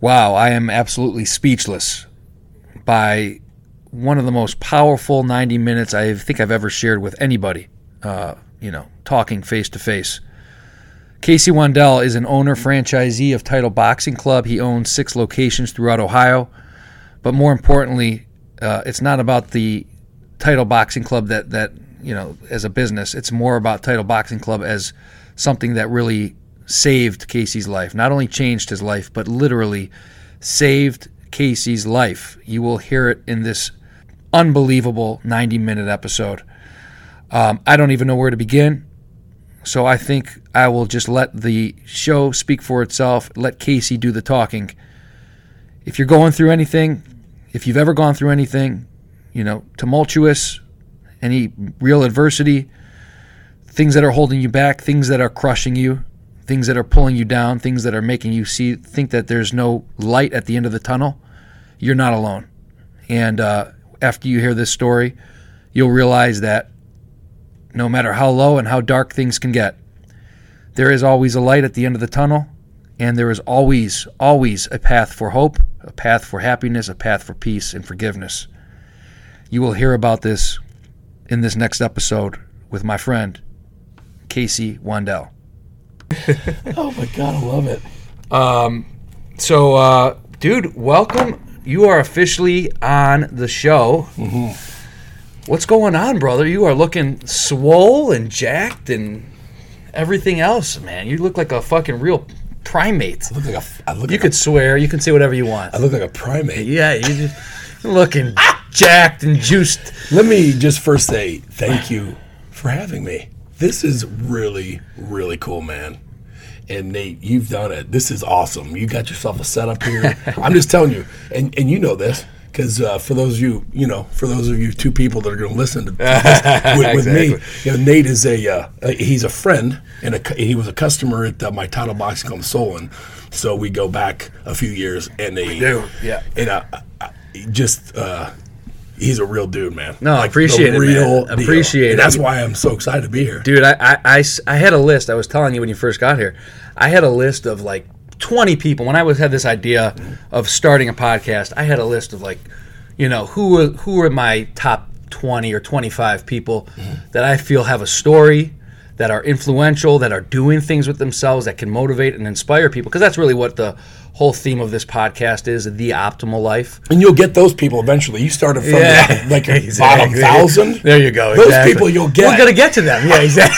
Wow, I am absolutely speechless by one of the most powerful 90 minutes I think I've ever shared with anybody, uh, you know, talking face to face. Casey Wendell is an owner franchisee of Title Boxing Club. He owns six locations throughout Ohio. But more importantly, uh, it's not about the Title Boxing Club that, that, you know, as a business. It's more about Title Boxing Club as something that really saved Casey's life. Not only changed his life, but literally saved Casey's life. You will hear it in this unbelievable 90 minute episode. Um, I don't even know where to begin. So I think I will just let the show speak for itself, let Casey do the talking. If you're going through anything, if you've ever gone through anything, you know, tumultuous, any real adversity, things that are holding you back, things that are crushing you, things that are pulling you down, things that are making you see think that there's no light at the end of the tunnel, you're not alone. And uh, after you hear this story, you'll realize that no matter how low and how dark things can get, there is always a light at the end of the tunnel, and there is always, always a path for hope, a path for happiness, a path for peace and forgiveness. You will hear about this in this next episode with my friend, Casey Wandell. oh my god, I love it. Um, so, uh, dude, welcome. You are officially on the show. Mm-hmm. What's going on, brother? You are looking swole and jacked and everything else, man. You look like a fucking real primate. I look like a. I look You like could swear. You can say whatever you want. A, I look like a primate. Yeah, you just Ah! you're looking jacked and juiced. Let me just first say thank you for having me. This is really, really cool, man. And Nate, you've done it. This is awesome. You got yourself a setup here. I'm just telling you, and and you know this because uh, for those of you, you know, for those of you two people that are going to listen to this with, with me, you know, Nate is a uh, uh, he's a friend and a, cu- he was a customer at uh, my title box called Solon. So we go back a few years, and they do, yeah. and uh, I, I just. Uh, He's a real dude, man. No, I appreciate it, man. Appreciate and it. That's why I'm so excited to be here. Dude, I, I- I s- I had a list. I was telling you when you first got here, I had a list of like 20 people. When I was had this idea of starting a podcast, I had a list of like, you know, who are, who are my top 20 or 25 people Mm-hmm. that I feel have a story, that are influential, that are doing things with themselves, that can motivate and inspire people. Because that's really what the whole theme of this podcast is the optimal life. And you'll get those people eventually. You started from Yeah. the, like your bottom Exactly. thousand. There you go. Those exactly. people you'll get. We're going to get to them. Yeah, exactly.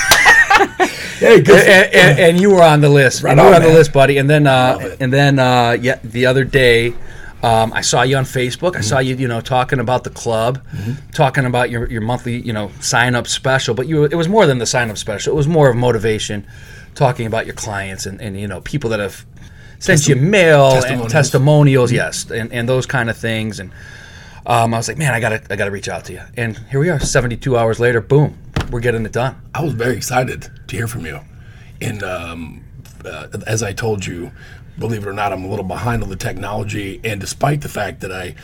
Hey, good. and, and, and you were on the list. Right you were on, on, the man. list, buddy. And then, Love uh, it. and then, uh, yeah, the other day, um, I saw you on Facebook. Mm-hmm. I saw you, you know, talking about the club, talking about your, your monthly, you know, sign up special. But you, it was more than the sign up special. It was more of motivation, talking about your clients and, and you know people that have sent you mail and testimonials. Mm-hmm. testimonials, yes, and, and those kind of things. And um, I was like, man, I gotta I gotta reach out to you. And here we are, seventy two hours later, boom, we're getting it done. I was very excited to hear from you. And um, uh, as I told you, believe it or not, I'm a little behind on the technology. And despite the fact that I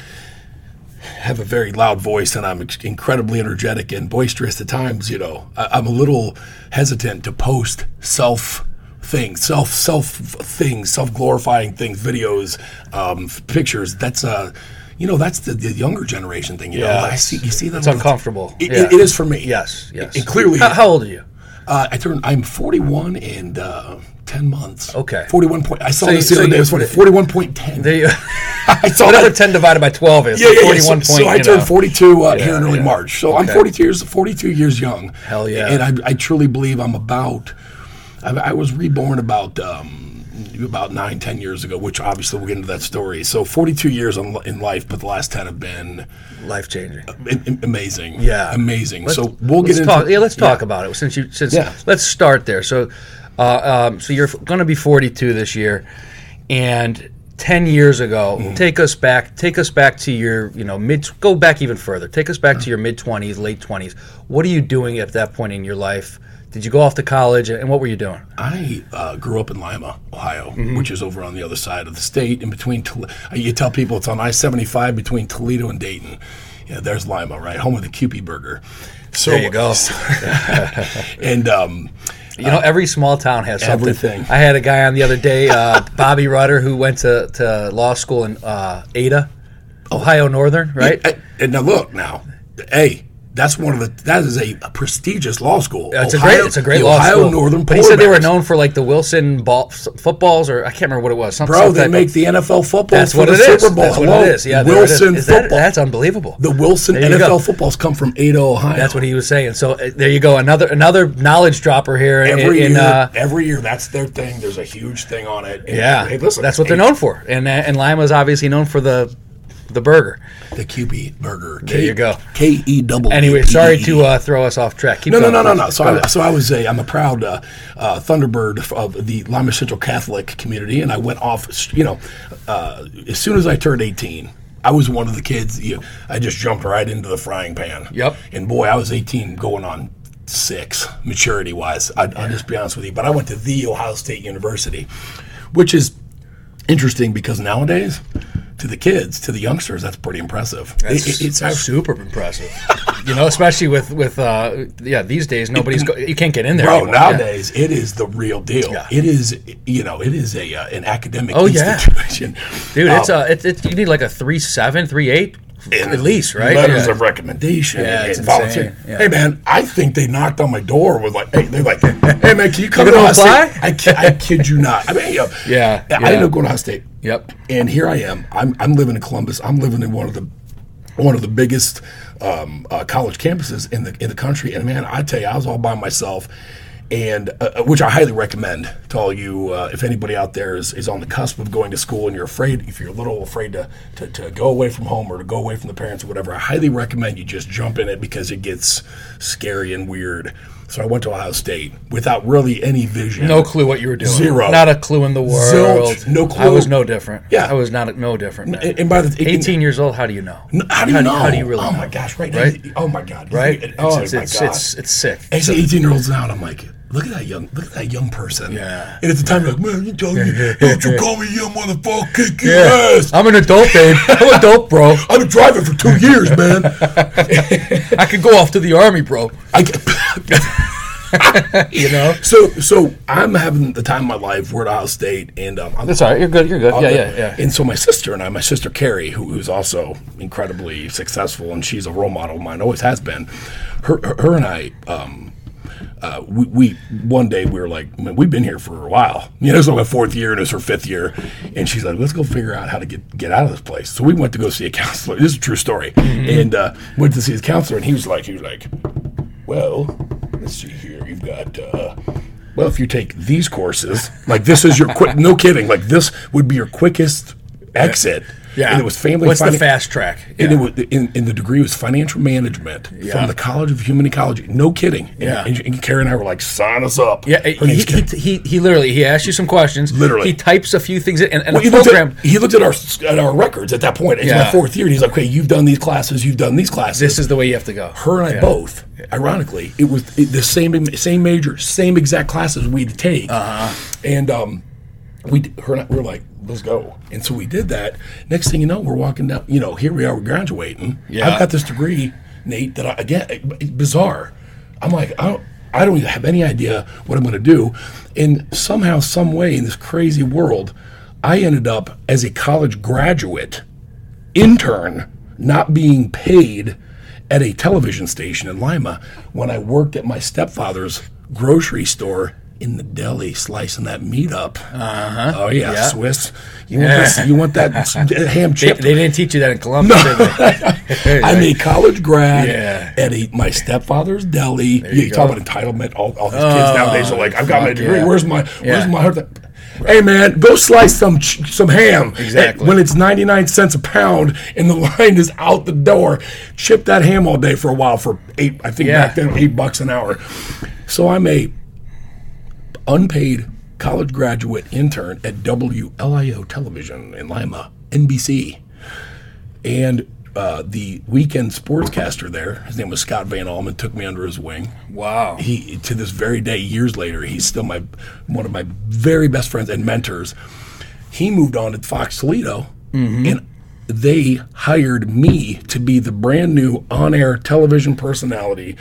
have a very loud voice and I'm ex- incredibly energetic and boisterous at times, you know, I- I'm a little hesitant to post self things, self self things, self glorifying things, videos, um, f- pictures. That's uh, you know, that's the, the younger generation thing. You know, I Yes. see you see that. It's all the t- uncomfortable. It, Yeah. it- it is for me. Yes, yes. It, it clearly. How, how old are you? Uh, I turned. I'm 41 and uh, 10 months. Okay. 41 point. I saw So you- this the so other you- day. It was funny. 41.10. There you, I saw another that. ten divided by twelve is Yeah, yeah, yeah. So, forty-one so point. I you turned know. 42 uh, here in Yeah, early yeah. March. So I'm Okay. 42 years 42 years young. Hell yeah. And I, I truly believe I'm about. I, I was reborn about. Um, about nine, ten years ago, which obviously we'll get into that story. So, 42 years on, in life, but the last 10 have been Life changing. am- am- amazing. Yeah. Amazing. Let's- so, we'll Uh, let's get into talk, yeah. Let's talk about it since you since Yeah. let's start there. So, uh, um, so you're going to be forty-two this year, and ten years ago, Mm-hmm. take us back. Take us back to your you know mid. Go back even further. Take us Mm. back to your mid twenties, late twenties. What are you doing at that point in your life? Did you go off to college, and what were you doing? I uh, grew up in Lima, Ohio, Mm-hmm. which is over on the other side of the state, in between. Tol- uh, you tell people it's on I seventy five between Toledo and Dayton. Yeah, there's Lima, right, home of the Kewpie Burger. So There you go. and um, You know, every small town has something. everything. I had a guy on the other day, uh, Bobby Rutter, who went to, to law school in uh, Ada, Ohio Northern, right? Hey, and now look now, hey, that's one of the that is a prestigious law school. It's a Ohio- great, it's a great the law Ohio school. Northern. But he said they were Quarterbacks. known for like the Wilson ball s- footballs, or I can't remember what it was. Some, Bro, some they type make of- the NFL football. that's for what the it is. Super Bowl. That's what Hello, it is. Yeah, there it is. Wilson Is that- football. that's unbelievable. the Wilson There you NFL go. footballs come from Ada, Ohio. That's what he was saying. So uh, there you go, another another knowledge dropper here. in- every in, year. uh, every year, that's their thing. There's a huge thing on it. And, yeah, hey, listen, that's what they're hey, known for. And uh, and Lima's obviously known for the the burger. The QB burger. There you go. K E double. Anyway, sorry to uh, throw us off track. Keep No, no, going, no, no, please. no. So Go I, ahead. so I was a, I'm a proud uh, uh, Thunderbird of the Lima Central Catholic community, and I went off, you know, uh, as soon as I turned 18, I was one of the kids, you I just jumped right into the frying pan. Yep. And boy, I was 18 going on six, maturity wise. I, I'll just be honest with you. But I went to the Ohio State University, which is interesting because nowadays, to the kids, to the youngsters, that's pretty impressive. It- it- it's actually. super impressive. you know, especially with with uh, yeah, these days nobody's go- you can't get in there. Bro, anymore. Yeah. nowadays it is the real deal. Yeah. It is, you know, it is a uh, an academic Oh, yeah. institution. Dude, it's Um, uh, it's, it's you need like a three seven, three eight and at least, right? Um, Letters Yeah. of recommendation. Yeah, and it's volunteer. insane. Yeah. Hey man, I think they knocked on my door with like, hey, they're like, hey man, can you come You to gonna Ohio State? apply? I, kid, I kid you not. I mean, yeah, Yeah, I yeah. ended up going to Ohio State. Yep. And here I am. I'm I'm living in Columbus. I'm living in one of the one of the biggest um, uh, college campuses in the in the country. And man, I tell you, I was all by myself. And uh, which I highly recommend to all you, uh, if anybody out there is, is on the cusp of going to school and you're afraid, if you're a little afraid to, to, to go away from home or to go away from the parents or whatever, I highly recommend you just jump in it because it gets scary and weird. So I went to Ohio State without really any vision. No clue what you were doing. Zero. Not a clue in the world. Zilch. No I was clue. no different. Yeah. I was not no different. man. And, and by the Eighteen years old. How do you know? N- How do you how do- know? how do you really Oh know? my gosh! Right? Right? Oh my god! Right? It- oh, oh it's my it's, god! it's it's sick. I see eighteen year olds now, and I'm like, look at that young, look at that young person. Yeah. And at the time, you're like, man, you told me, don't you call me young motherfucker, kick your ass. I'm an adult, babe. I'm an adult, bro. I've been driving for two years, man. I could go off to the army, bro. I get- You know. so so I'm having the time of my life. We're at Ohio State, and um, I'm That's all right. You're good. You're good. Yeah, Uh, yeah, yeah. And so my sister and I, my sister Carrie, who, who's also incredibly successful, and she's a role model of mine, always has been. Her, her, her and I, um, uh, we, we one day we were like, man, we've been here for a while. You know, it's like my fourth year, and it's her fifth year, and she's like, let's go figure out how to get get out of this place. So we went to go see a counselor. This is a true story, Mm-hmm. and uh, went to see his counselor, and he was like, he was like, well, let's see here. You've got, uh, well, if you take these courses, like this is your quick, no kidding, like this would be your quickest exit. And it was family What's the finan- fast track? And, it was, and, and the degree was financial management Yeah. from the College of Human Ecology. No kidding. And- Yeah. And, and Karen and I were like, sign us up. Yeah, Her he, name's Karen. he, he, he literally he asks you some questions. Literally. he types a few things in, and, and Well, a he, looked program. at, he looked at our s- at our records at that point. It's Yeah. my fourth year, and he's like, "Okay, you've done these classes, you've done these classes." this is the way you have to go. her and I both, ironically, it was it- the same same major, same exact classes we'd take, and um, we d- her and I, we were like, let's go, and so we did that. Next thing you know, we're walking down. You know, here we are, we're graduating. Yeah. I've got this degree, Nate. That I, again, it- bizarre. I'm like, I don't. I don't even have any idea what I'm going to do. And somehow, some way, in this crazy world, I ended up as a college graduate intern not being paid at a television station in Lima when I worked at my stepfather's grocery store in the deli slicing that meat up. Uh-huh. Oh yeah, Swiss. You want this, you want that s- ham They, chip? they didn't teach you that in Columbus. Did they? I'm a college grad Yeah. at a my stepfather's deli. you you talk go. Oh, about entitlement. All, all these kids nowadays are like, I've got my fuck degree. yeah. Where's my Yeah. where's my Hey man, go slice some ch- some ham. Exactly. When it's 99 cents a pound and the line is out the door, chip that ham all day for a while for eight. I think Yeah. back then eight bucks an hour. So I'm a unpaid college graduate intern at WLIO Television in Lima, NBC. And uh, the weekend sportscaster there, his name was Scott Van Allman, took me under his wing. wow. He to this very day, years later, he's still my one of my very best friends and mentors. He moved on to Fox Toledo, Mm-hmm. and they hired me to be the brand new on-air television personality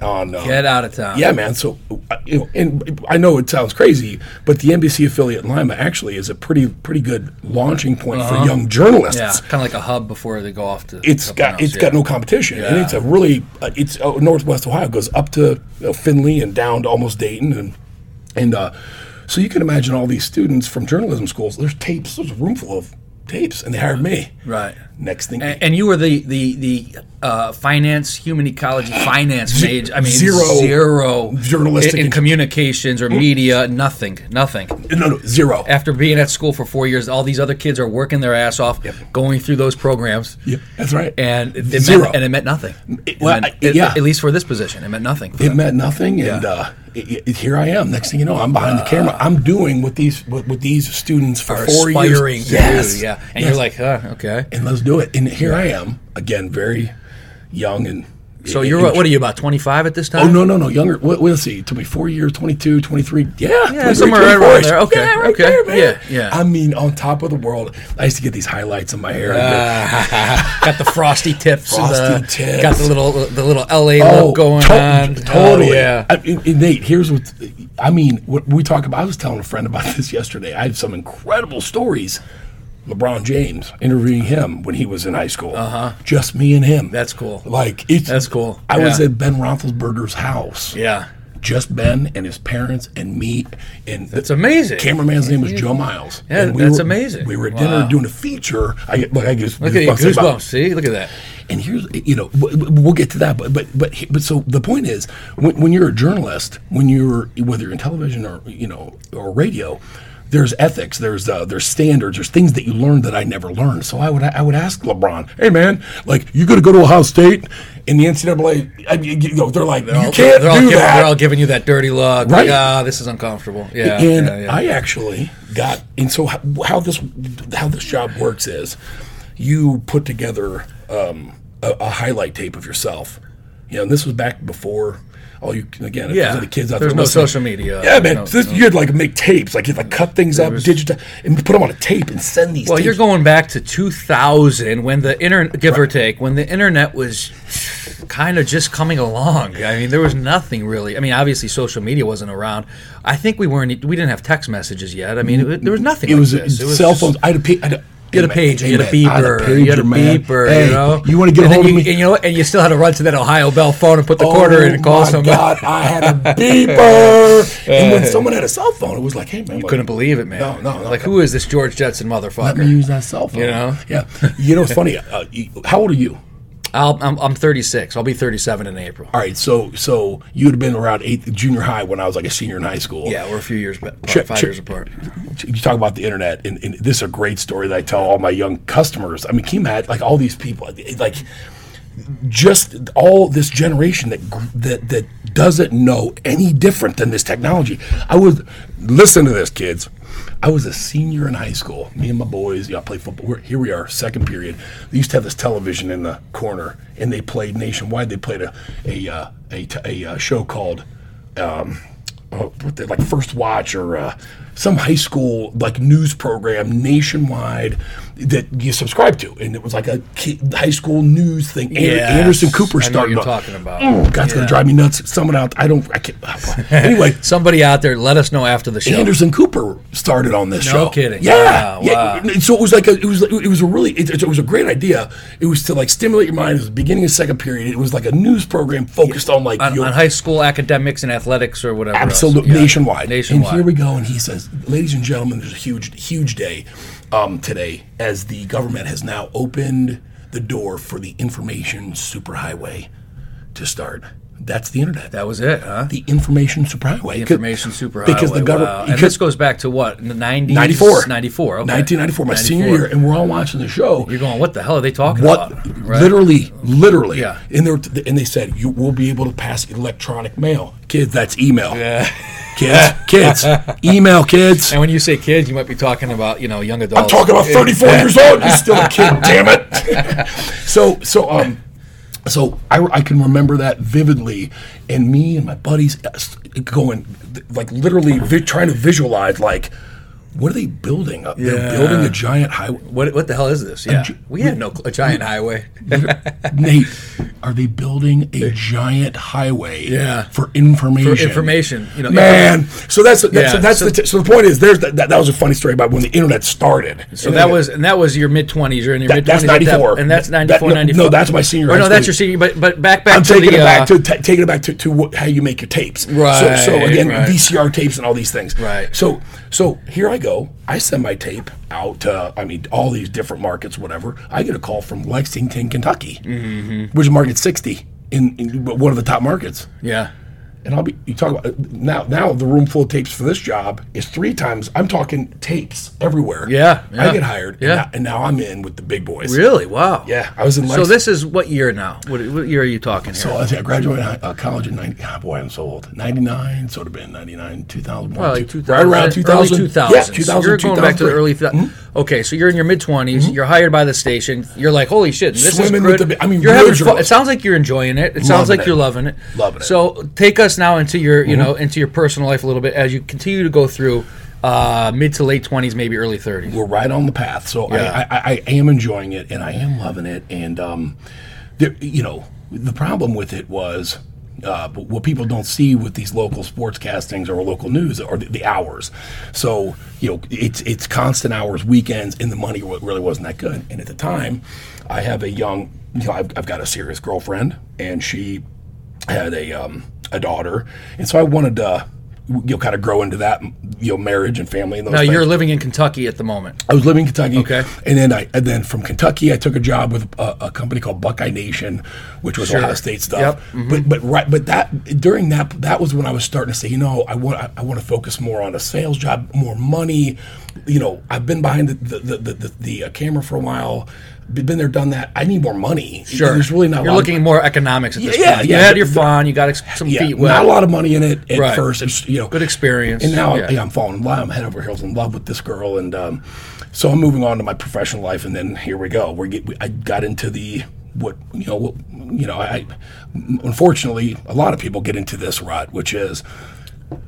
on. Uh, Get out of town. yeah, man. So, uh, you know, and I know it sounds crazy, but the NBC affiliate in Lima actually is a pretty pretty good launching point for young journalists. Uh-huh. Yeah. Kind of like a hub before they go off to. It's something got else, it's got yeah. no competition, and it's a really uh, it's uh, Northwest Ohio goes up to you know, Findlay and down to almost Dayton, and and uh, so you can imagine all these students from journalism schools. There's tapes. There's a room full of tapes, and they hired me. Right. Next thing, And, and you were the the the uh, finance, human ecology, finance major. I mean, zero zero journalistic in, in int- communications or media. Nothing. Nothing. no, no, zero. After being at school for four years, all these other kids are working their ass off, going through those programs. Yeah, that's right. And it, it Zero. meant and it meant nothing. It well, meant- I- it- yeah. at least for this position, it meant nothing. for it them. meant nothing, and uh, it, it- here I am. Next thing you know, I'm Uh, behind the camera. I'm doing with these with, with these students for Or four aspiring years. to do, yeah. And Yes. you're like, huh, okay. and let's do it. And here I am again, very young and. So and- you're and- what are you about 25 at this time? Oh no no no younger. What, what, let's see. It took me four years, 22, 23. Yeah, Yeah, 23, somewhere right around 24. there. Okay, yeah, right okay. There, man. Yeah, yeah. I mean, on top of the world. I used to get these highlights in my hair. Ah. got the frosty tips. and Frosty the- tips. Got the little the little LA look going Oh, to- on. Totally. Oh, yeah. I, I- I- Nate, here's what I mean. What we talk about. I was telling a friend about this yesterday. I have some incredible stories. LeBron James interviewing him when he was in high school. Uh huh. Just me and him. Uh-huh. That's cool. Like it's That's cool. I was Yeah. at Ben Roethlisberger's house. Yeah. Just Ben and his parents and me and It's amazing. cameraman's name was Joe Miles. Yeah, And that's were, amazing. We were at dinner Wow. doing a feature. I get, like, I just Look at you, goosebumps about- goosebumps. See, look at that. and here's you know w- w- we'll get to that, but but but he- but so the point is when, when you're a journalist, when you're whether you're in television or you know or radio, there's ethics, there's uh, there's standards, there's things that you learn that I never learned. So I would I would ask LeBron, hey man, like you going to go to Ohio State in the NCAA? I, you, you know, they're like you they're can't all do giving, They're all that. giving you that dirty look. Right. Like, ah, this is uncomfortable. Yeah. and yeah, yeah. I actually got and so how, how this how this job works is you put together um, a, a highlight tape of yourself. You know, and this was back before all you again. if there's yeah. any kids out There's there no listening- social media. Yeah, man. No- this, You had like make tapes, like you had to cut things up, digital, and put them on a tape and send these. Well, tapes. you're going back to 2000 when the internet, give or take, when the internet was kind of just coming along. I mean, there was nothing really. I mean, obviously, social media wasn't around. I think we weren't. e, We didn't have text messages yet. I mean, it, wa- there was nothing. It like was, this. It was cell just- phones. I had a, pa- I had a You had a pager, you had a Hey, man, I beeper, pager, you had a man. beeper. Hey, you know, want to get a and then hold of you, me? And you know, what? and you still had to run to that Ohio Bell phone and put the quarter in and call Oh my somebody. God, I had a beeper. and when someone had a cell phone, it was like, hey, man. You Couldn't believe it, man. No, no, no. Like, who is this George Jetson motherfucker? let me use that cell phone. You know? Yeah. You know, it's funny. Uh, you- how old are you? I'll, I'm, I'm 36. I'll be 37 in April. All right. So, so you'd have been around eighth, junior high when I was like a senior in high school. Yeah, we're a few years, apart, Check- five check- years apart. You talk about the internet, and, and this is a great story that I tell all my young customers. I mean, can you imagine, like all these people, it- like just all this generation that gr- that that doesn't know any different than this technology. I was listen to this, kids. I was a senior in high school. Me and my boys, you know, I played football. We're, here we are, second period. They used to have this television in the corner, and they played nationwide. They played a a uh, a, t- a, uh show called. Um, uh, what they, like First Watch or uh, some high school like news program nationwide that you subscribe to, and it was like a ki- high school news thing. Ander- Yes. Anderson I know Cooper what started. you're up. talking about. Oh, God's gonna drive me nuts. Someone out. I don't. I can't. anyway, Somebody out there, let us know after the show. Anderson Cooper started on this show. No kidding. Yeah. Wow, yeah. wow. So it was like a, it was it was a really it, it was a great idea. It was to like stimulate your mind. It was the beginning of second period. It was like a news program focused on like on, your- on high school academics and athletics or whatever. Absolutely, else. Yeah. nationwide. Nationwide. And here we go. And he says, "Ladies and gentlemen, there's a huge, huge day um, today as the government has now opened the door for the information superhighway to start. That's the internet. that was it, huh? The information superhighway. Information superhighway. Because the government. Wow. And this goes back to what? In the 90s? 94. 94. Okay. 1994, my senior year, and we're all watching the show. You're going, what the hell are they talking What? about? Uh, Right? Literally, literally. Yeah. And they were and they said you will be able to pass electronic mail, kids. That's email. Yeah. Kids, kids, email, kids. And when you say kids, you might be talking about, you know, young adults. I'm talking about 34 years old. You're still a kid. Damn it. so so um, so I, I can remember that vividly, and me and my buddies uh, s- going like literally vi- trying to visualize like. What are they building up? Yeah. They're building a giant highway. What, what the hell is this? Yeah. gi- we had no cl- a giant highway. Nate, are they building a giant highway Yeah. for information? information. You know, Man, so that's that, so Yeah, that's so- the t- so the point is there's that, that, that was a funny story about when the internet started. So that was and that was your mid twenties. You're in your That- mid that's twenties. 94. and that's That- 94, no, 95. no, that's my senior Or high no, that's school. your senior. But but back back I'm to taking the it back uh, to ta taking it back to, to what, how you make your tapes. So, so Right, again, right. VCR tapes and all these things. Right. So so here I go. I send my tape out to I mean all these different markets, whatever. I get a call from Lexington, Kentucky, Mm-hmm. which is market sixty in, in one of the top markets. yeah. And I'll be you talk about now now the room full of tapes for this job is three times. I'm talking tapes everywhere. Yeah, yeah. I get hired. Yeah. And now, and now I'm in with the big boys. Really? Wow. Yeah, I was in So Lex- this is what year now? What, what year are you talking here? So let's see, I graduated hi- uh, college in 90. ah, boy, I'm so old. 99, so it would have been 99, 2000. Well, like two- right around 2000. early 2000s. Yes, 2000. So you're going back to the 2003. early. Th- Hmm? Okay, so you're in your mid 20s. You're hired by the station. You're like, holy shit, this is Swimming with good. the bi- I mean, you're having really fun. It sounds like you're enjoying it. It sounds Loving like it. you're loving it. Loving it. Hmm? So take us now into your, you know, into your personal life a little bit as you continue to go through uh, mid to late 20s, maybe early 30s. We're right on the path. So Yeah. I, I, I, I am enjoying it and I am loving it. And, um, there, you know, the problem with it was. Uh, but what people don't see with these local sports castings or local news are the, the hours. So you know, it's it's constant hours, weekends, and the money wa- really wasn't that good. And at the time, I have a young, you know, I've, I've got a serious girlfriend, and she had a um, a daughter, and so I wanted to, you know, kind of grow into that, you know, marriage and family. And those Now things. you're living in Kentucky at the moment. I was living in Kentucky. Okay. And then I and then from Kentucky I took a job with a, a company called Buckeye Nation, which was Ohio State stuff. Yep. Mm-hmm. But but right but that during that that was when I was starting to say, you know, I want I, want to focus more on a sales job, more money. You know, I've been behind the the the, the, the uh, camera for a while, been been there, done that. I need more money. Sure. There's really not a You're lot of- looking more economics at this Yeah, point. yeah, You had but- your fun. You got ex- some yeah, feet wet. not a lot of money in it at Right. first. It's, you know, Good experience. and now Yeah. yeah, I'm falling in love. I'm head over heels in love with this girl, and um, so I'm moving on to my professional life. And then here we go. We get. We, I got into the what you know. What, you know. I unfortunately a lot of people get into this rut, which is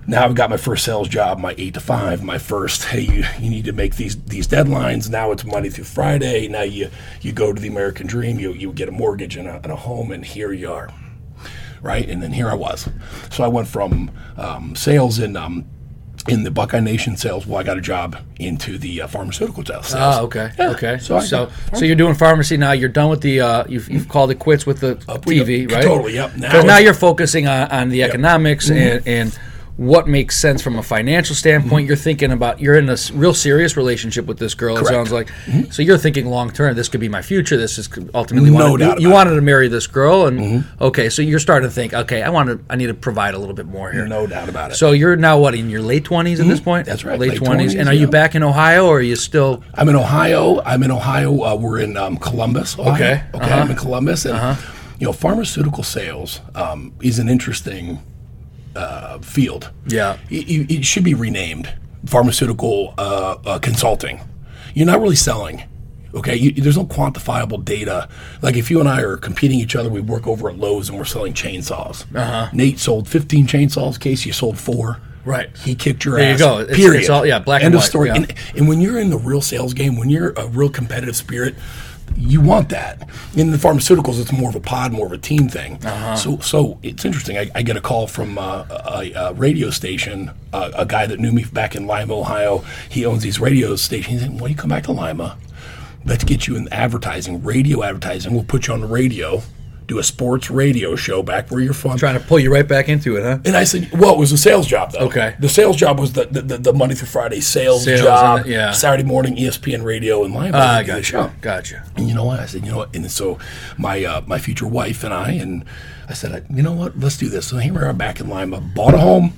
now I've got my first sales job, my eight to five, my first hey, you, you need to make these these deadlines. Now it's Monday through Friday. Now you you go to the American dream. You you get a mortgage and a, and a home, and here you are, right? And then here I was. So I went from um, sales in um, in the Buckeye Nation sales. Well, I got a job into the uh, pharmaceutical sales. Oh, okay. Yeah, Okay. so So, I- so, you're doing pharmacy now. You're done with the. Uh, you've, you've called it quits with the Oh, we go. TV, right? Totally, yep. Now Because now, it's- Mm-hmm. you're focusing on, on the economics and, and what makes sense from a financial standpoint. Mm-hmm. You're thinking about you're in a s- real serious relationship with this girl. It Correct. Mm-hmm. sounds like. So you're thinking long term. This could be my future. This is could ultimately No wanted- doubt You, you about Mm-hmm. wanted to marry this girl, and okay, so you're starting to think. Okay, I want to. I need to provide a little bit more here. No doubt about it. So you're now what in your late twenties at this point? Mm-hmm. That's right, late late twenties. And are 20s, you yeah. back in Ohio, or are you still? I'm in Ohio. I'm in Ohio. Uh, we're in um, Columbus. Ohio. Okay. uh-huh. Okay. I'm in Columbus, and you know, pharmaceutical sales um, is an interesting uh, field. Yeah. It, it- it should be renamed pharmaceutical uh, uh, consulting. You're not really selling. Okay, you, there's no quantifiable data. Like if you and I are competing each other, we work over at Lowe's and we're selling chainsaws. Uh-huh. Nate sold 15 chainsaws. Casey sold four. Right. He kicked your There you ass. go. It's- it's Period. all- yeah, black End and of white, story. yeah. And and when you're in the real sales game, when you're a real competitive spirit, you want that. In the pharmaceuticals, it's more of a pod, more of a team thing. So, so it's interesting. I, I get a call from uh, a, a radio station, uh, a guy that knew me back in Lima, Ohio. He owns these radio stations. He said, "Why do you come back to Lima? Let's get you in advertising, radio advertising. We'll put you on the radio, do a sports radio show back where you're from." Trying to pull you right back into it, huh? And I said, well, it was a sales job, though. Okay. The sales job was the, the, the, the Monday through Friday sales, Sales, job. and- yeah. Saturday morning, E ESPN radio and live. Ah, was the gotcha. Gotcha. And you know what? I said, you know what? And so my uh, my future wife and I, and I said, I- you know what? Let's do this. So here we are back in Lima. Bought a home.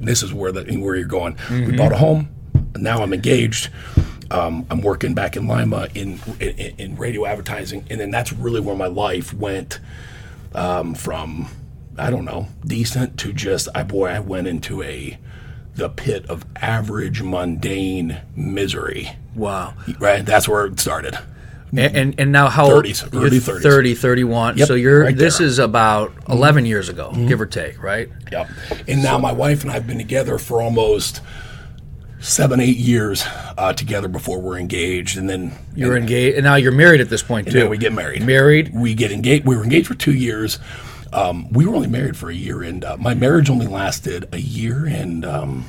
This is where the, where you're going. We bought a home. Now I'm engaged. Um, I'm working back in Lima in, in in radio advertising, and then that's really where my life went um, from I don't know decent to just I boy I went into a the pit of average mundane misery. Wow. Mm-hmm. Right, that's where it started. And and, and now how 30s, you're early 30s. 30, 31. so you're right this there. Mm-hmm. is about 11 years ago, give or take, right? Yep. And now my wife and I have been together for almost seven, eight years uh, together before we're engaged, and then You're engaged, and now you're married at this point and too. then we get married. married. We get engaged. We were engaged for two years. Um, we were only married for a year, and uh, my marriage only lasted a year and um,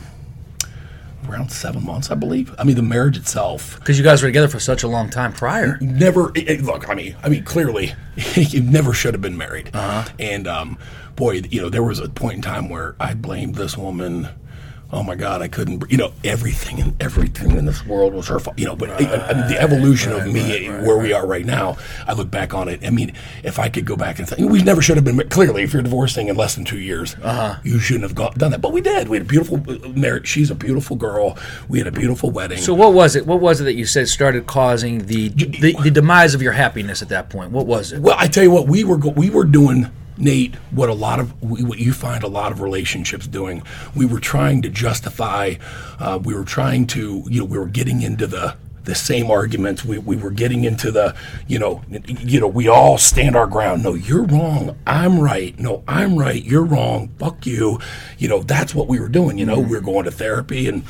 around seven months, I believe. I mean, the marriage itself Because you guys were together for such a long time prior. Mm-hmm. never it, it- look. I mean, I mean, clearly, you never should have been married. And um, boy, you know, there was a point in time where I blamed this woman. Oh my God, I couldn't. br- You know, everything and everything in this world was her fault. You know, but I- I- I mean, the evolution of me, where we are right now, I look back on it. I mean, if I could go back and think, we never should have been. mar- Clearly, if you're divorcing in less than two years, you shouldn't have gone, done that. But we did. We had a beautiful uh, marriage. She's a beautiful girl. We had a beautiful wedding. So what was it? What was it that you said started causing the the, the demise of your happiness at that point? What was it? Well, I tell you what, we were go- we were doing Nate what a lot of we- what you find a lot of relationships doing. We were trying to justify. Uh, we were trying to you know we were getting into the the same arguments. We, we were getting into the you know n- you know we all stand our ground. No, you're wrong. I'm right. No, I'm right. You're wrong. Fuck you. You know that's what we were doing. You know we were going to therapy and.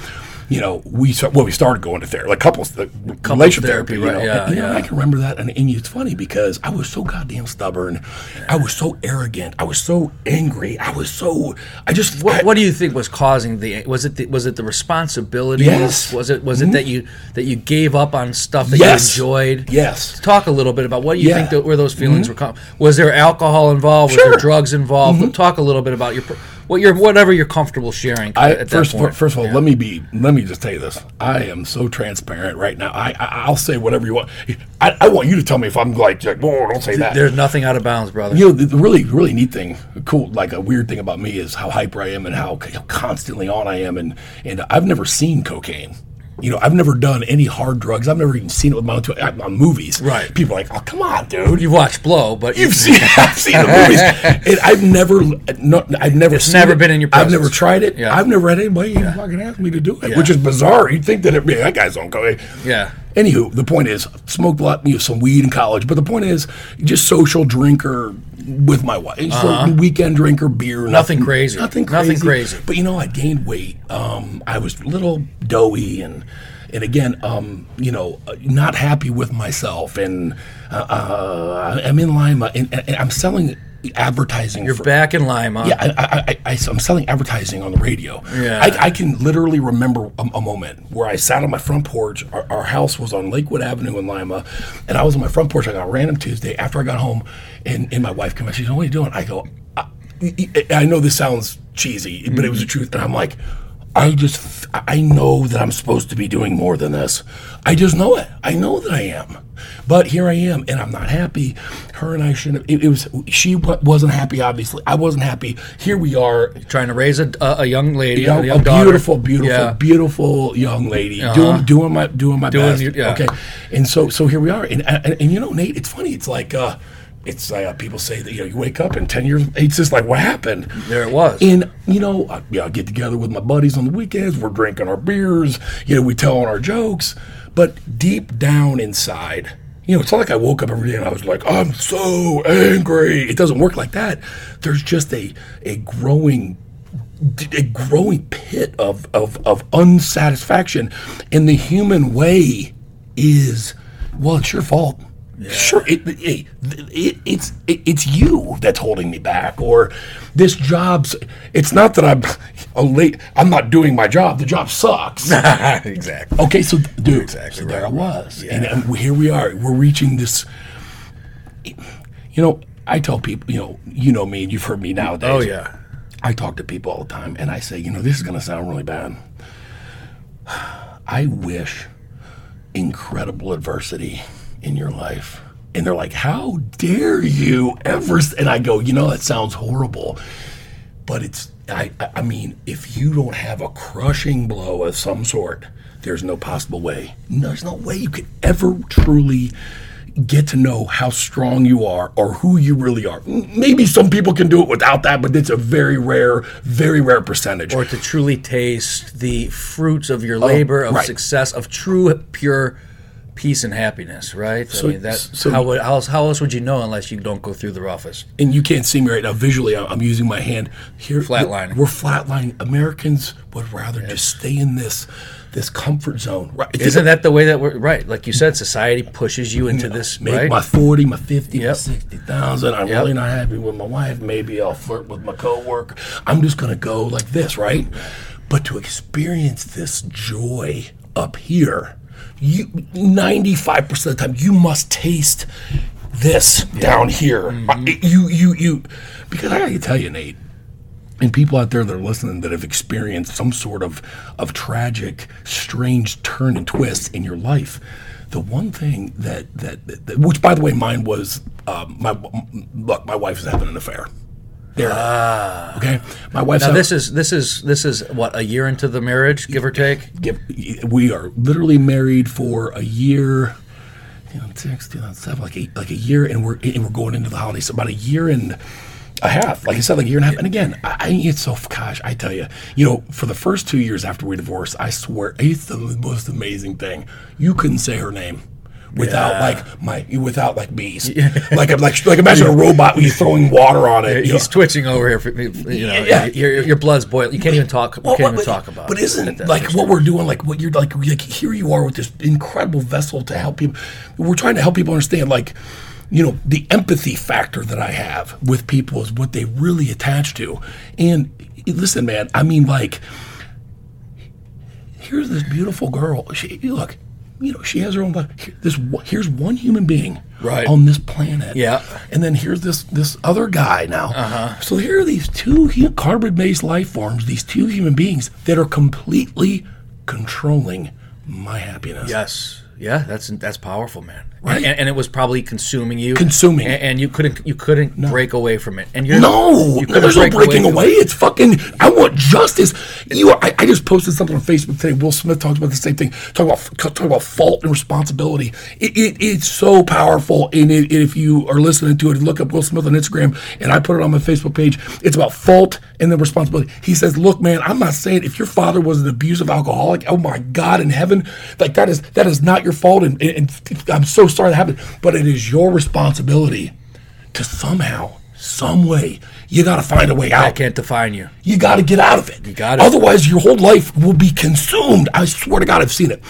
You know, we start, well, we started going to therapy, like couples, the relationship therapy, therapy, right, you know, yeah, and, you know, yeah. I can remember that, and, and it's funny because I was so goddamn stubborn, I was so arrogant, I was so angry, I was so I just What, I- what do you think was causing the was it the, was it the responsibilities? Yes. Mm-hmm. Was it was it that you that you gave up on stuff that Yes. you enjoyed? yes. Talk a little bit about what you Yeah. Mm-hmm. think that, where those feelings were coming. Was there alcohol involved? Was Sure. Mm-hmm. there drugs involved? Talk a little bit about your per- what your whatever you're comfortable sharing. I, at first, that point. first of all, let me be. Let me just tell you this. I am so transparent right now. I, I I'll say whatever you want. I, I want you to tell me if I'm like, like oh, don't say that. there's nothing out of bounds, brother. You know, the, the really, really neat thing, cool, like a weird thing about me is how hyper I am and how, c- how constantly on I am. And, and I've never seen cocaine. You know, I've never done any hard drugs. I've never even seen it with my own two I- on movies. Right. People are like, oh, come on, dude. You- You've watched Blow, but you- You've seen, I've seen the movies, and I've never, no, I've never, seen never it. been in your I've never presence. tried it. Yeah. I've never had anybody even fucking ask me to do it, which is bizarre. You'd think that it, yeah, that guy's on cocaine. yeah. Anywho, the point is, smoked a lot, you know, some weed in college. But the point is, just social drinker with my wife, Just a weekend drinker, beer, Uh-huh. Nothing crazy. nothing crazy, Nothing crazy. But you know, I gained weight. Um, I was a little doughy, and and again, um, you know, uh, not happy with myself, and uh, uh, I'm in Lima, and, and I'm selling advertising. You're for, back in Lima. yeah, I, I, I, I, am selling advertising on the radio. Yeah. I, I can literally remember a, a moment where I sat on my front porch. Our, our house was on Lakewood Avenue in Lima, and I was on my front porch on a random Tuesday after I got home, and, and my wife came out. She said, "What are you doing?" I go, I, I- I know this sounds cheesy, but it was the truth, and I'm like. I just, I know that I'm supposed to be doing more than this. I just know it. I know that I am. But here I am, and I'm not happy. Her and I shouldn't. It, it was she wa- wasn't happy. Obviously, I wasn't happy. Here we are, Trying to raise a, a, a young lady, young, a a young daughter. beautiful, beautiful, Yeah. Uh-huh. beautiful young lady doing doing my doing my Doing best. your- yeah. Okay, and so so here we are, and and, and you know, Nate, it's funny. It's like uh, it's uh, people say that you know you wake up in ten years. It's just like what happened. There it was. And you know, I, yeah, I get together with my buddies on the weekends. We're drinking our beers. You know, we telling our jokes. But deep down inside, you know, it's not like I woke up every day and I was like, I'm so angry. It doesn't work like that. There's just a a growing a growing pit of of, of unsatisfaction, and the human way is, well, it's your fault. Sure, it, it, it it's it, it's you that's holding me back, or this job's. It's not that I'm a late. I'm not doing my job. The job sucks. exactly. Okay, so dude, so there I was, and, and here we are. We're reaching this. You know, I tell people, you know, you know me, and you've heard me nowadays. Oh yeah. I talk to people all the time, and I say, you know, this is going to sound really bad. I wish incredible adversity in your life. And they're like, how dare you ever? s-" And I go, you know, that sounds horrible. But it's, I, I I mean, if you don't have a crushing blow of some sort, there's no possible way. No, there's no way you could ever truly get to know how strong you are or who you really are. M- Maybe some people can do it without that, but it's a very rare, very rare percentage. Or to truly taste the fruits of your labor, of Oh, right. success, of true pure peace and happiness, right? I mean, that, so- how, would, how, else, how else would you know unless you don't go through the roughest? and you can't see me right now visually. I- I'm using my hand here. Flatlining. We're flatlining. Americans would rather just stay in this this comfort zone. Right. Isn't that the way that we're right? Like you said, society pushes you into this, Make right? my forty, my fifty, my Yep. sixty thousand. I'm really not happy with my wife. Maybe I'll flirt with my coworker. I'm just gonna go like this, right? But to experience this joy up here, you ninety-five percent of the time you must taste this down here. Mm-hmm. I- you, you, you, because I gotta tell you, Nate, and people out there that are listening that have experienced some sort of of tragic, strange turn and twist in your life, the one thing that that, that, that- which by the way, mine was um, my look. My wife is having an affair. There. okay. My wife's Ah. Now having- this is this is this is what a year into the marriage, give or take. give, we are literally married for a year. 2006, 2007, like a, like a year, and we're and we're going into the holidays. So about a year and a half, like I said, like a year and a half. And again, I, I it's so gosh, I tell you, you know, for the first two years after we divorced, I swear it's the most amazing thing. You couldn't say her name without like my without like bees, like I'm like like imagine a robot when you're throwing water on it. you know? He's twitching over here. For, you know, Yeah. your, your blood's boiling. You can't even talk. You Well, can't even Oh, but- talk about. But it. isn't like what we're doing, like what you're like, like here you are with this incredible vessel to help people. We're trying to help people understand, like, you know, the empathy factor that I have with people is what they really attach to. And listen, man, I mean, like, here's this beautiful girl. She look, you know, she has her own life. Here- This one- here's one human being Right. on this planet. Yeah. and then here's this this other guy now. Uh-huh. So here are these two hu- carbon-based life forms, these two human beings that are completely controlling my happiness. Yes. Yeah, that's that's powerful, man. Right. And, and it was probably consuming you, Consuming. and, and you couldn't you couldn't break away from it. And you're No, you no, there's no couldn't break breaking from away. It's fucking. I want justice. You, are, I, I just posted something on Facebook today. Will Smith talks about the same thing. Talk about talk about fault and responsibility. It, it it's so powerful. And it, if you are listening to it, look up Will Smith on Instagram, and I put it on my Facebook page. It's about fault and then responsibility. He says, "Look, man, I'm not saying if your father was an abusive alcoholic, oh my God, in heaven, like that is that is not your fault, and, and, and I'm so sorry that happened, but it is your responsibility." to somehow, some way, you got to find a way I out. can't define you. You got to get out of it. You gotta- Otherwise, your whole life will be consumed. I swear to God, I've seen it.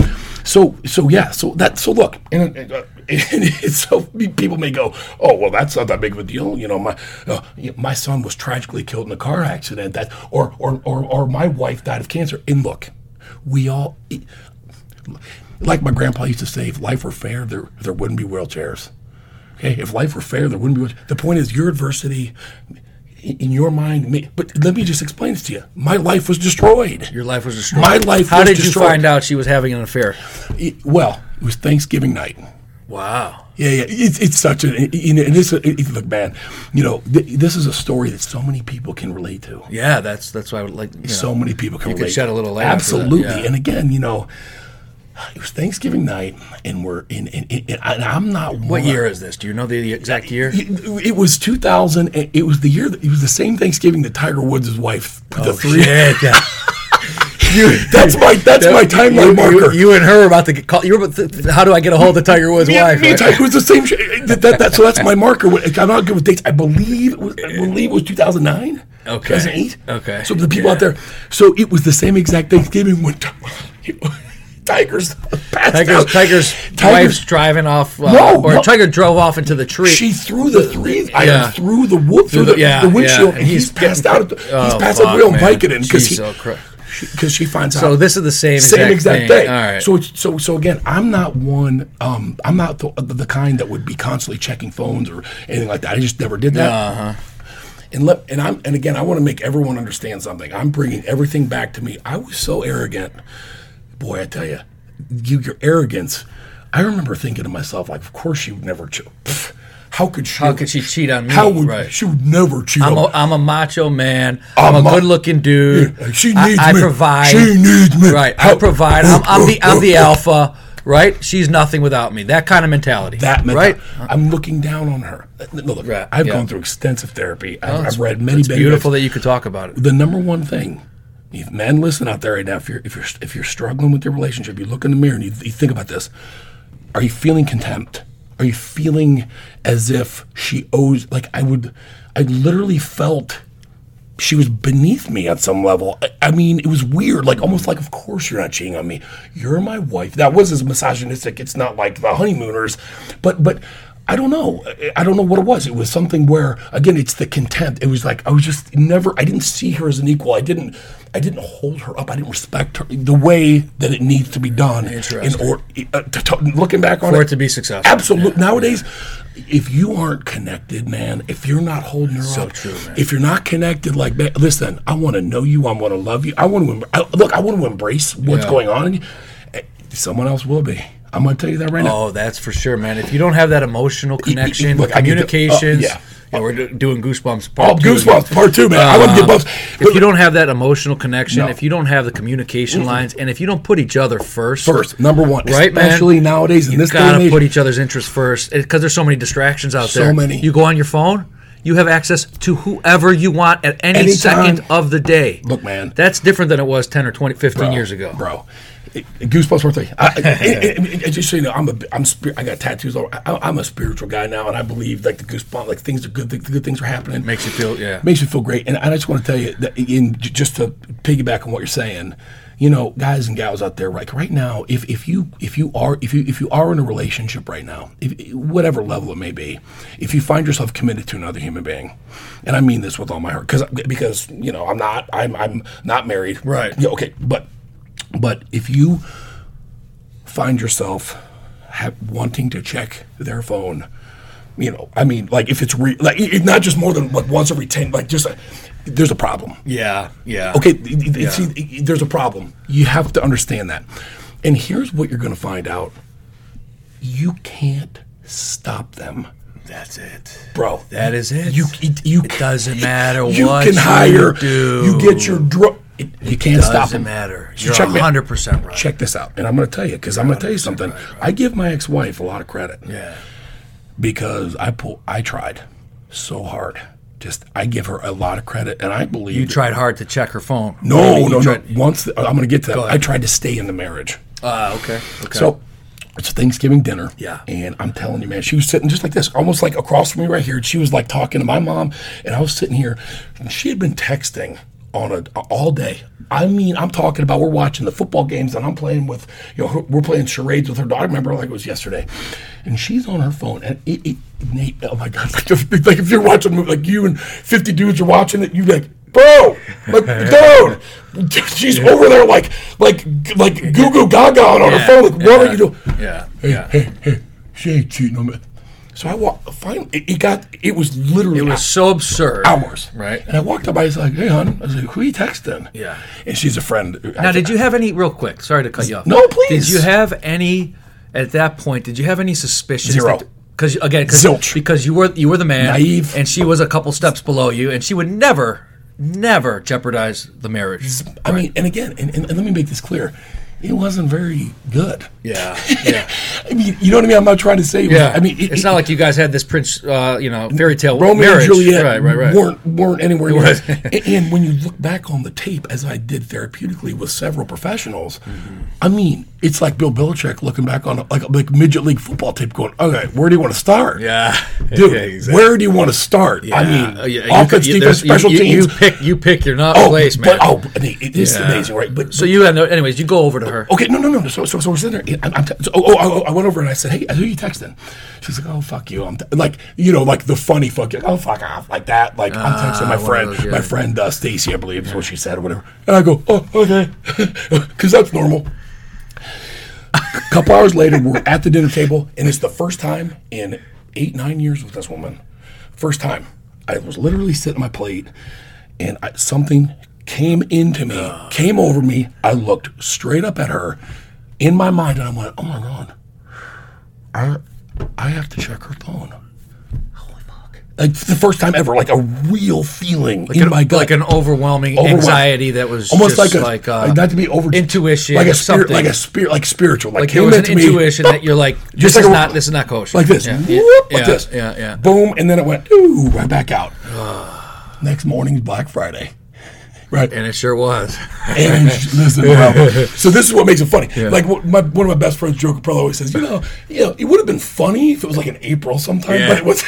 So, so yeah, so that, so look, and, and, uh, and it's so people may go, oh well, that's not that big of a deal, you know. My uh, y- my son was tragically killed in a car accident. That or or or or my wife died of cancer. And look, we all, e, like my grandpa used to say, if life were fair, there there wouldn't be wheelchairs. Okay, if life were fair, there wouldn't be much. The point is, your adversity i- in your mind, may, but let me just explain this to you. My life was destroyed. Your life was destroyed. My life How was did destroyed. you find out she was having an affair? It- well, it was Thanksgiving night. Wow. Yeah, yeah. It's, it's such a, you know, and this, it, it- look, man, you know, th- this is a story that so many people can relate to. Yeah, that's that's why I would like. You know, so many people can relate. shed a little light on that, Absolutely. yeah. And again, you know, it was Thanksgiving night, and we're in, in, in, in and I'm not what one- year is this? Do you know the exact year? It it was 2000. and It was the year. That, it was the same Thanksgiving that Tiger Woods' wife put Oh, the three. That's my that's my timeline you, marker. You, you and her were about to get caught. You were about to, how do I get a hold of Tiger Woods' me, wife? me and right? Tiger Woods the same. Sh- that, that, that- so that's my marker. I'm not good with dates. I believe it was, I believe it was 2009. Okay. 2008. Okay. So the people out there. So it was the same exact Thanksgiving when t- Tiger's passed Tiger's, out. Tiger's, Tiger's- wife's driving off, uh, No, or no. Tiger drove off into the tree. She threw the three Yeah. iron through the wood through the- the, yeah, the windshield, yeah. and He's he's, getting- passed out. at the- Oh, he's passed out fuck, real man. Vicodin because he, Jeez, oh, Christ. because she finds out. so this is the same exact, same exact thing. day. All right. So it's, so so again, I'm not one. Um, I'm not the, the kind that would be constantly checking phones or anything like that. I just never did that. Uh-huh. And let and I'm and again, I want to make everyone understand something. I'm bringing everything back to me. I was so arrogant, boy. I tell you, you your arrogance. I remember thinking to myself, like, of course you would never chew. Pfft, How could she? How could she cheat on me? How would Right. she would never chew? I'm on a, I'm a macho man. I'm, I'm a a- good-looking dude. Yeah, she I- needs I, me. provide. She needs me. Right. I Help. provide. I'm, I'm the I'm the alpha. Right. She's nothing without me. That kind of mentality. that meant Right. I'm looking down on her. No, look, Right, I've yeah. Oh, gone through extensive therapy. I've, I've read many. many Beautiful that you could talk about it. the number one thing, if men listen out there right now, if you're if you're if you're struggling with your relationship, you look in the mirror and you, you think about this: Are you feeling contempt? Are you feeling as if she owes? Like I would, I literally felt she was beneath me at some level. I, I mean, it was weird, like almost like, of course you're not cheating on me. You're my wife. That was as misogynistic. It's not like the honeymooners, but but I don't know. I- I don't know what it was. It was something where again, it's the contempt. It was like I was just never. I didn't see her as an equal. I didn't. I didn't hold her up. I didn't respect her the way that it needs to be done. In Interesting. or uh, t- t- looking back on for it, it to be successful. Absolutely. Nowadays, if you aren't connected, man, if you're not holding her up, true, man. if you're not connected, like, man, listen, I want to know you. I want to love you. I want to I, look. I want to embrace what's Yeah. going on. in you. Eh, Someone else will be. I'm going to tell you that right now. Oh, that's for sure, man. If you don't have that emotional connection, look, I get the- uh, communications, yeah. yeah, we're do- doing goosebumps. Oh, Part two again. goosebumps part two, man. I want to get bumps. Uh, If you don't have that emotional connection, No. if you don't have the communication lines, and if you don't put each other first, First, number one, Right, man? especially nowadays in you this day and gotta age, put each other's interests first because there's so many distractions out So there. many. You go on your phone. You have access to whoever you want at any Anytime. second of the day. Look, man. That's different than it was 10 or 20, 15 Bro, years ago. bro. It- it- Goosebumps part three. I, I- I- I- I- just so you know, I'm a, I'm, spir- I got tattoos. All, I, I'm a spiritual guy now, and I believe like the goosebumps, like things are good, the good things are happening. Makes you feel, yeah. makes me feel great. And I just want to tell you that, in j- just to piggyback on what you're saying, you know, guys and gals out there, like right now, if if you if you are if you if you are in a relationship right now, if, whatever level it may be, if you find yourself committed to another human being, and I mean this with all my heart, because because you know I'm not I'm I'm not married, Right. Yeah, okay, but but if you find yourself ha- wanting to check their phone. You know, I mean, like if it's re- like if not just more than like once every ten, like just uh, there's a problem. Yeah, yeah. Okay, th- th- see, there's a problem. You have to understand that. And here's what you're going to find out: you can't stop them, That's it. bro. That is it. You it, you It doesn't matter you what can you hire. do. You get your dro- it, you can't stop doesn't them. matter. So You're check me out. 100% right. Check this out, and I'm going to tell you because I'm going to tell you something. I give my ex-wife a lot of credit. Yeah. because I pull, I tried so hard. Just I give her a lot of credit, and I believe You tried hard to check her phone. no, You no, no. tried- Once the, I'm going to get to that. ahead. I tried to stay in the marriage. Ah, okay. Okay. So it's Thanksgiving dinner. Yeah. And I'm telling you, man, she was sitting just like this, almost like across from me right here. And she was like talking to my mom, and I was sitting here. And she had been texting on a all day. I mean, I'm talking about we're watching the football games, and I'm playing with you know her- we're playing charades with her daughter. I remember like it was yesterday, and she's on her phone, and it, it Nate, oh my god, like if, like if you're watching a movie, like you and 50 dudes are watching it, you like. Bro, like, dude, she's over there like, like, like, goo goo gaga on her Yeah, phone. Like, what yeah. are you doing? Yeah. hey, Yeah. hey, hey, she ain't cheating on me. So I walked, finally, it, it got, it was literally It was so absurd. hours. Right. And I walked up, I was like, hey, hon. I was like, who you texting? Yeah. And she's a friend. I- Now, did you have any, real quick, sorry to cut you off. No, please. Did you have any, at that point, did you have any suspicions? Zero. Because again, cause, Zilch. because you were you were the man, Naive. and she was a couple steps below you, and she would never, never jeopardize the marriage. I mean, and again, and, and, and let me make this clear. It wasn't very good. Yeah, yeah. I mean, you know what I mean? I'm not trying to say. It was, Yeah, I mean, it- it's it- not like you guys had this prince, uh, you know, fairy tale Romeo marriage. and Juliet right, right, right. weren't weren't anywhere near. was- and, and when you look back on the tape, as I did therapeutically with several professionals, Mm-hmm. I mean, it's like Bill Belichick looking back on like like midget league football tape, going, "Okay, where do you want to start, Yeah, dude? Yeah, exactly. where do you want to start? I mean, Uh, yeah, you offense, could- you- defense, there's- you- special you, teams. You pick, you pick your not oh, place, man. but oh, I mean, it is Yeah. amazing, right? But so you had no. Anyways, you go over to her. Okay, no, no, no. no. So, so, so we're sitting there. and I'm, I'm te- so, oh, oh, oh, I went over and I said, "Hey, who you texting?" She's like, "Oh, fuck you." I'm te- like, you know, like the funny fuck you. Oh, fuck off, like that. Like I'm texting my one of friend, those, yeah. my friend uh, Stacy, I believe is what she said or whatever. And I go, "Oh, okay," because that's normal. A couple hours later, we're at the dinner table, and it's the first time in eight, nine years with this woman. First time, I was literally sitting at my plate, and I, something came into me, came over me. I looked straight up at her in my mind, and I went, "Oh my god, I, I have to check her phone." Holy fuck! Like the first time ever, like a real feeling in my gut, like an overwhelming Overwhelm- anxiety that was almost just like a like, uh, not to be over intuition like or a spirit, something. like a spirit, like spiritual, like, like came there was an into me, intuition that you're like this Just like is a- not this is not kosher. like this, Yeah, whoop, yeah, like this, yeah, yeah. boom, and then it went ooh right back out. Next morning's Black Friday, right? And it sure was. And listen, bro. So this is what makes it funny. Like what my, one of my best friends, Joe Capello, always says, you know, you know, it would have been funny if it was like in April sometime, Yeah. but it was.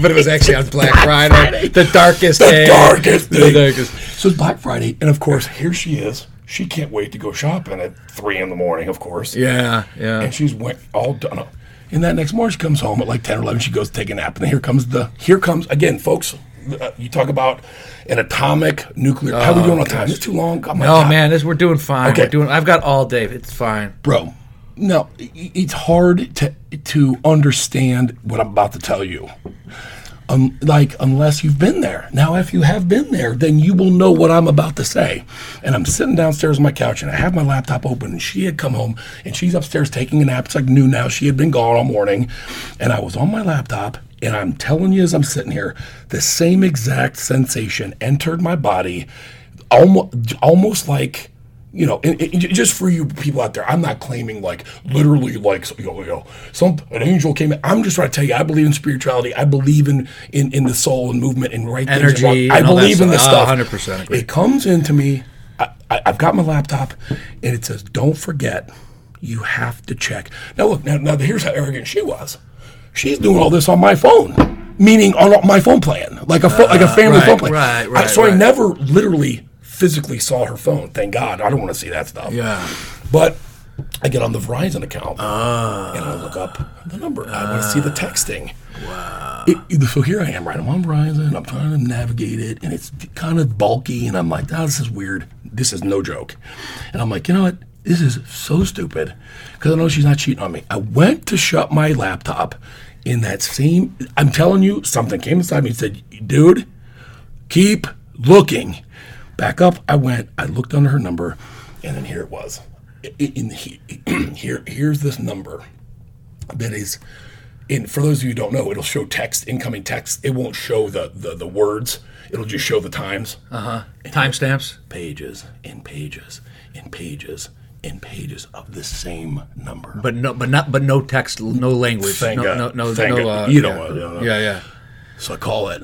but it was actually on Black Friday, the darkest The day. darkest The thing. darkest. So it's Black Friday, and of course, here she is. She can't wait to go shopping at three in the morning, of course. Yeah, yeah. And she's went all done up. And that next morning, she comes home at like 10 or 11. She goes to take a nap. And here comes the, here comes, again, folks, uh, you talk about an atomic nuclear. how are we doing on time? It's too long. Oh, my Oh God. man, this we're doing fine. Okay. We're doing. I've got all day. It's fine. Bro, no, i- i- it's hard to, to understand what I'm about to tell you. Um, like, unless you've been there. Now, if you have been there, then you will know what I'm about to say. And I'm sitting downstairs on my couch and I have my laptop open. And she had come home and she's upstairs taking a nap. It's like noon now. She had been gone all morning. And I was on my laptop. And I'm telling you, as I'm sitting here, the same exact sensation entered my body almost, almost like. You know, and, and j- just for you people out there, I'm not claiming like literally like you know, you know, some an angel came. in. I'm just trying to tell you, I believe in spirituality. I believe in in, in the soul and movement and right things Energy wrong. I and all that believe in this stuff. stuff. Ah, 100% agree. It comes into me. I, I, I've got my laptop, and it says, "Don't forget, you have to check." Now look, now, now here's how arrogant she was. She's doing all this on my phone, meaning on my phone plan, like a pho- like a family right, phone plan. right, I- right, so I right. never literally physically saw her phone. Thank God. I don't want to see that stuff. Yeah. But I get on the Verizon account and I look up the number. I want to see the texting. Wow. so here I am, right? I'm on Verizon. I'm trying to navigate it, and it's kind of bulky. And I'm like, oh, this is weird. This is no joke. And I'm like, you know what? This is so stupid because I know she's not cheating on me. I went to shut my laptop in that same. I'm telling you, something came inside me and said, dude, keep looking. Back up, I went, I looked under her number, and then here it was. I- I- In he, here, here's this number that is, in for those of you who don't know, it'll show text, incoming text. It won't show the the, the words. It'll just show the times Uh huh. Timestamps. Uh-huh. pages and pages and pages and pages of the same number. But no, but not, but no text, no language, Thank no, God. no, no, Thank no. God. Uh, You don't yeah. want to know. Yeah, So I call it,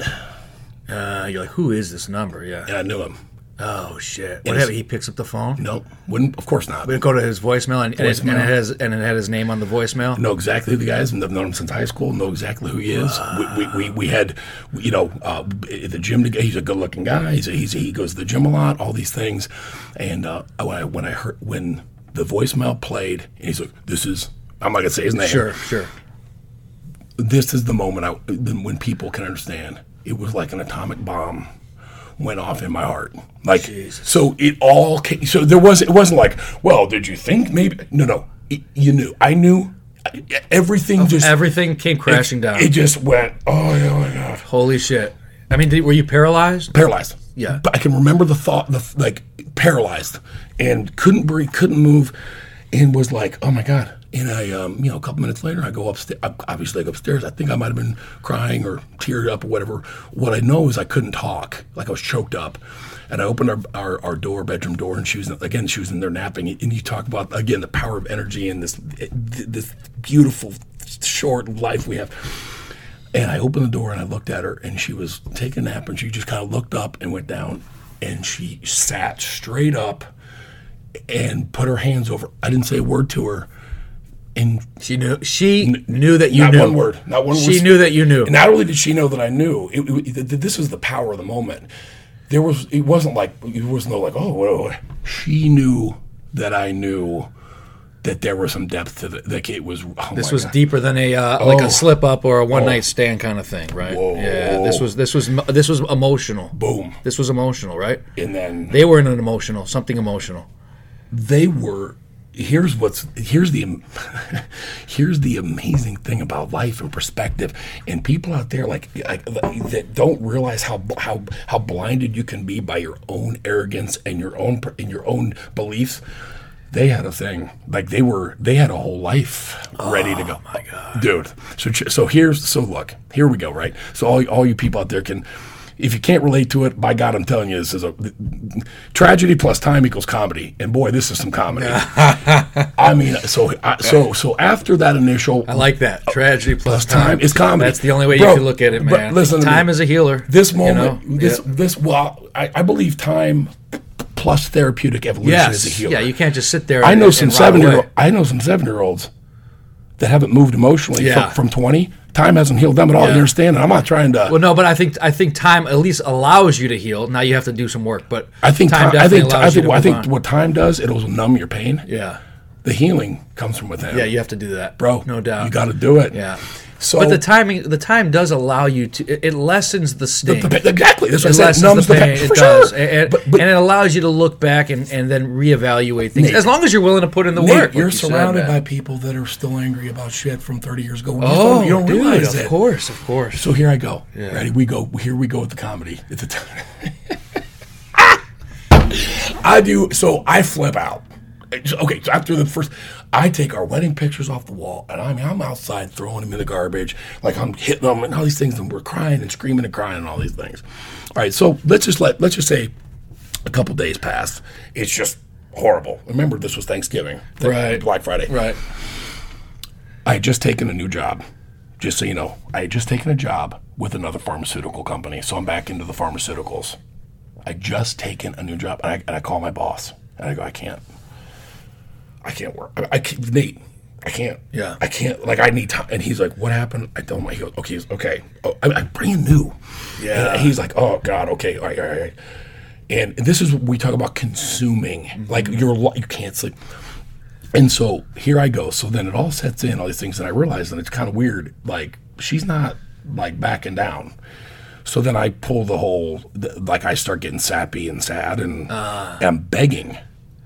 yeah. Uh, you're like, who is this number? Yeah. and I knew him. Oh shit. What happened? He picks up the phone. No, wouldn't. Of course not. We go to his voicemail, and, and it- and Voicemail. it has and it had his name on the voicemail. know exactly who the guy is. and I've known him since high school. Know exactly who he is. We, we, we, we had, you know, uh, at the gym. together. He's a good-looking guy. He's, he's he goes to the gym a lot. All these things. And uh, when I when I heard when the voicemail played, and he's like, "This is." I'm not gonna say his name. Sure, sure. This is the moment I, then when people can understand. It was like an atomic bomb went off in my heart. Like so, it all came. So there was. It wasn't like, well, did you think maybe? No, no. It- you knew. I knew. I- Everything just Everything came crashing down. it just went, oh, yeah, oh my God. Holy shit. I mean, did, were you paralyzed? Paralyzed. Yeah. But I can remember the thought, the f- like, paralyzed and couldn't breathe, couldn't move, and was like, oh my God. And I, um, you know, a couple minutes later, I go upstairs. Obviously, I go upstairs. I think I might have been crying or teared up or whatever. What I know is I couldn't talk. Like, I was choked up. And I opened our, our, our door, bedroom door, and she was, again, she was in there napping. And you talk about, again, the power of energy and this, this beautiful, short life we have. And I opened the door and I looked at her, and she was taking a nap, and she just kind of looked up and went down, and she sat straight up and put her hands over. I didn't say a word to her, and She knew. She knew that you not knew. one word, not one word. She knew that you knew. And not only did she know that I knew, it, it- th- th- this was the power of the moment. There was, it wasn't like it was no like, oh, what, what- She knew that I knew that there was some depth to the, like it was. Oh This my was God. deeper than a uh, like Oh. a slip up or a one night stand kind of thing, right? Yeah. This was this was mo- this was emotional. boom, This was emotional, right? and then They were in an emotional, something emotional. they were here's what's here's the am- here's the amazing thing about life and perspective and people out there like, like that don't realize how how how blinded you can be by your own arrogance and your own per- and your own beliefs they had a thing like they were they had a whole life ready to go Oh, my god dude so ch- so here's so look here we go right so all, all you people out there can if you can't relate to it, by God, I'm telling you, this is a tragedy plus time equals comedy, and boy, this is some comedy. I mean, so I, so so after that initial, I like that. Tragedy plus Oh. time time, is comedy. That's the only way Bro, you can look at it, but man. listen to time me. is a healer. this you moment, know? this Yeah. this well, I, I believe time plus therapeutic evolution is a Yes. healer. Yeah, you can't just sit there. I and- know and some rot away. seven year I know some seven year olds that haven't moved emotionally Yeah. from, from 20. Time hasn't healed them at all. You understand? And I'm not trying to. Well, no, but I think I think time at least allows you to heal. Now you have to do some work, but I think time. I think. I allows you think. to well, I move think on. what time does, it'll numb your pain. yeah, The healing comes from within. yeah, you have to do that, bro. No doubt, You got to do it. Yeah. So. But the timing, the time does allow you to. It, it lessens the sting. the pa- exactly. That's it what I said. lessens Numbs the pain. pain. It For does, sure. and, and- but, but and it allows you to look back and, and then reevaluate things. Nate. as long as you're willing to put in the Nate, work, like you're you said, surrounded man. by people that are still angry about shit from 30 years ago. You just Oh, don't- you don't dude, realize of it. course, of course. So here I go. Ready? We go. Here we go with the comedy. At the time. I do. So I flip out. Okay, so after the first, I take our wedding pictures off the wall, and I mean, I'm outside throwing them in the garbage, like I'm hitting them and all these things, and we're crying and screaming and crying and all these things. All right, so let's just let let's just say a couple days pass. It's just horrible. Remember, this was Thanksgiving, Th- Right. Black Friday. Right. I had just taken a new job. Just so you know, I had just taken a job with another pharmaceutical company, so I'm back into the pharmaceuticals. I just taken a new job, and I, and I call my boss, and I go, I can't, I can't work. I, I can't, Nate, I can't. Yeah. I can't. Like, I need time. And he's like, What happened? I tell him. He goes, Okay, he's, okay. Oh, I, I'm brand new. Yeah. And he's like, Oh God, okay, all right, all right, all right. And this is what we talk about consuming. Mm-hmm. Like you're, li- you can't sleep. And so here I go. So then it all sets in, all these things, and I realize, and it's kind of weird. Like she's not like backing down. So then I pull the whole, th- like I start getting sappy and sad, and Ah. I'm begging.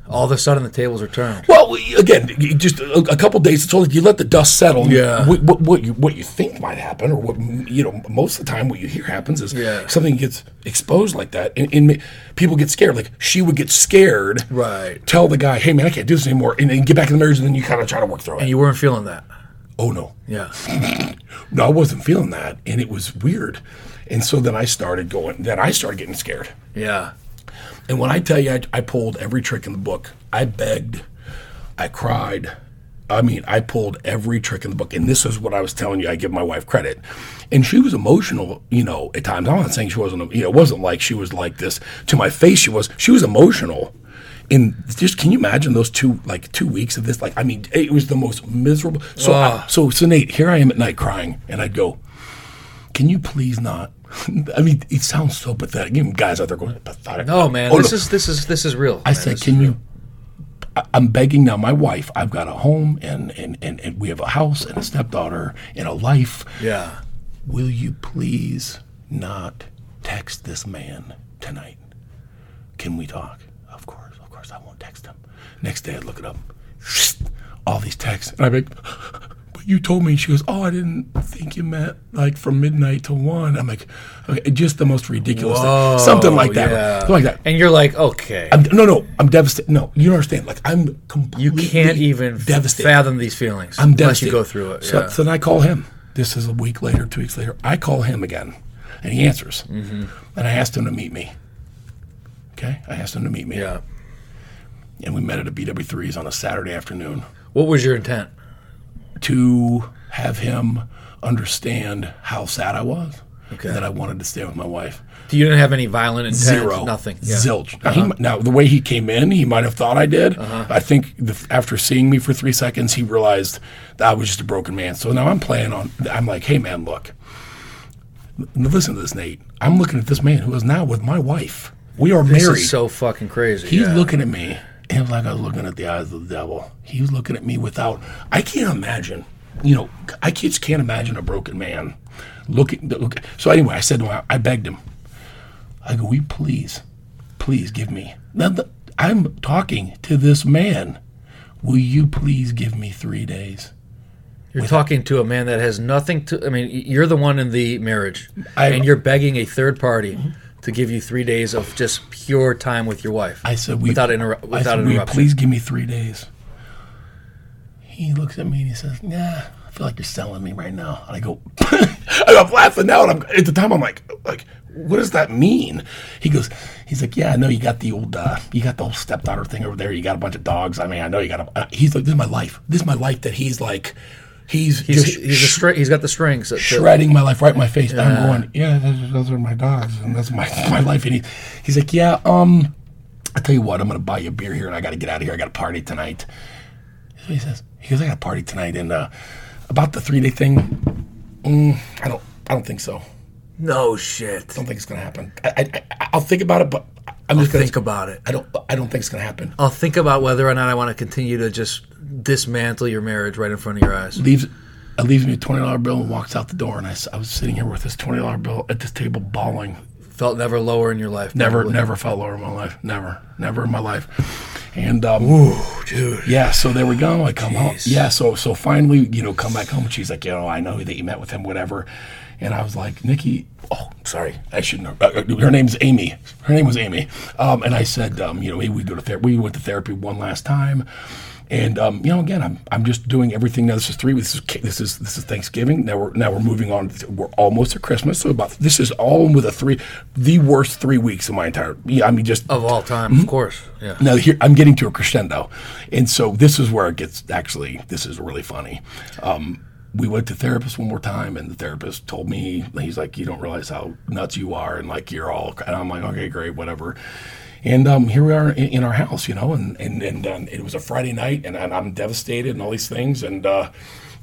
All of a sudden, the tables are turned. Well, again, you just a, a couple days. It's only you let the dust settle. Yeah. What, what, what you what you think might happen, or what you know, most of the time, what you hear happens is Yeah. something gets exposed like that, and, and ma- people get scared. Like she would get scared. Right. Tell the guy, hey man, I can't do this anymore, and then you get back in the marriage, and then you kind of try to work through it. And you weren't feeling that. oh no, Yeah. no, I wasn't feeling that, and it was weird. And so then I started going. Then I started getting scared. Yeah. And when I tell you, I, I pulled every trick in the book. I begged, I cried. I mean, I pulled every trick in the book. And this is what I was telling you. I give my wife credit, and she was emotional. You know, at times I'm not saying she wasn't. You know, it wasn't like she was like this to my face. She was. She was emotional. And just can you imagine those two like two weeks of this? Like, I mean, it was the most miserable. So, I- Ah. so, so Nate, here I am at night crying, and I'd go, can you please not? I mean, it sounds so pathetic. Even guys out there going pathetic. No, man. Oh, this no. is this is this is real. I said, can you? I- I'm begging now. My wife. I've got a home, and and and, and we have a house and a stepdaughter and a life. Yeah. Will you please not text this man tonight? Can we talk? Of course, of course, I won't text him. Next day, I look it up. All these texts. And I'm like, but you told me. She goes, oh, I didn't think you meant like from midnight to one. I'm like, okay, just the most ridiculous Whoa, thing. Something like that. Oh, yeah. Something like that. And you're like, okay, I'm, no, no, I'm devastated. No, you don't understand. Like, I'm you completely can't even devastated. fathom these feelings I'm unless devastated. you go through it. So, Yeah. so then I call him. This is a week later, two weeks later. I call him again, and he answers. Mm-hmm. And I asked him to meet me. Okay, I asked him to meet me, yeah. and we met at a BW3s on a Saturday afternoon What was your intent? to have him understand how sad I was, Okay. and that I wanted to stay with my wife. You didn't have any violent intent. Zero. Nothing. Zilch. Uh-huh. Now, he mi- now, the way he came in, he might have thought I did. I think the, after seeing me for three seconds, he realized that I was just a broken man. So now I'm playing on, I'm like, hey, man, look. N- Listen to this, Nate. I'm looking at this man who is now with my wife. We are This married. is so fucking crazy. He's yeah. looking at me, and like I was looking at the eyes of the devil. He's looking at me without. I can't imagine. You know, I just can't imagine a broken man looking. Look, so anyway, I said to him, I begged him. I go, "Will you please, please give me?" Now the, I'm talking to this man. Will you please give me three days? You're talking to a man that has nothing to. I mean, y- you're the one in the marriage, I- and you're begging a third party to give you three days of just pure time with your wife. I said, "We Without interru- I without said, "Will you interruption." please give me three days?" He looks at me and he says, "Nah, I feel like you're selling me right now." And I go, and I'm laughing now, and I'm at the time I'm like, like, what does that mean? He goes, he's like, "Yeah, I know you got the old, uh, you got the whole stepdaughter thing over there. You got a bunch of dogs. I mean, I know you got a." Uh, he's like, "This is my life. This is my life." That he's like, he's, he's, just he's, a str- he's got the strings. that- that- shredding my life right in my face. I'm going, yeah, those, those are my dogs, and that's my my life. And he, he's like, yeah, um, I tell you what, I'm gonna buy you a beer here, and I got to get out of here. I got a party tonight. That's what he says. He He goes, I got a party tonight, and uh, about the three day thing, mm, I don't, I don't think so. No shit. I don't think it's gonna happen. I, I, I I'll think about it, but I'm just gonna Think about it. I don't, I don't think it's gonna happen. I'll think about whether or not I want to continue to just dismantle your marriage right in front of your eyes. leaves uh, leaves me a twenty dollar bill and walks out the door. And I, s- I was sitting here with this twenty dollar bill at this table, bawling. Felt never lower in your life. Never, probably. never felt lower in my life. Never, never in my life. And um, Ooh, dude. yeah, so there we go. I come home. Yeah, so so finally, you know, come back home. She's like, you know, I know that you met with him, whatever. And I was like, Nikki. Oh, sorry, I shouldn't. Have, uh, her name's Amy. Her name was Amy. Um, and I said, um, you know, hey, we go to therapy. We went to therapy one last time. And um, you know, again, I'm, I'm just doing everything now. This is three. This is ca- this is this is Thanksgiving. Now we're now we're moving on. to- We're almost at Christmas. So about this is all with a three, the worst three weeks of my entire. Yeah, I mean, just Of all time, Mm-hmm. of course. Yeah. now here I'm getting to a crescendo, and so this is where it gets actually. This is really funny. Um, we went to therapist one more time, and the therapist told me he's like, "You don't realize how nuts you are, and like you're all." And I'm like, "Okay, great, whatever." And um, here we are in, in our house, you know, and and and um, it was a Friday night, and, and I'm devastated and all these things, and uh,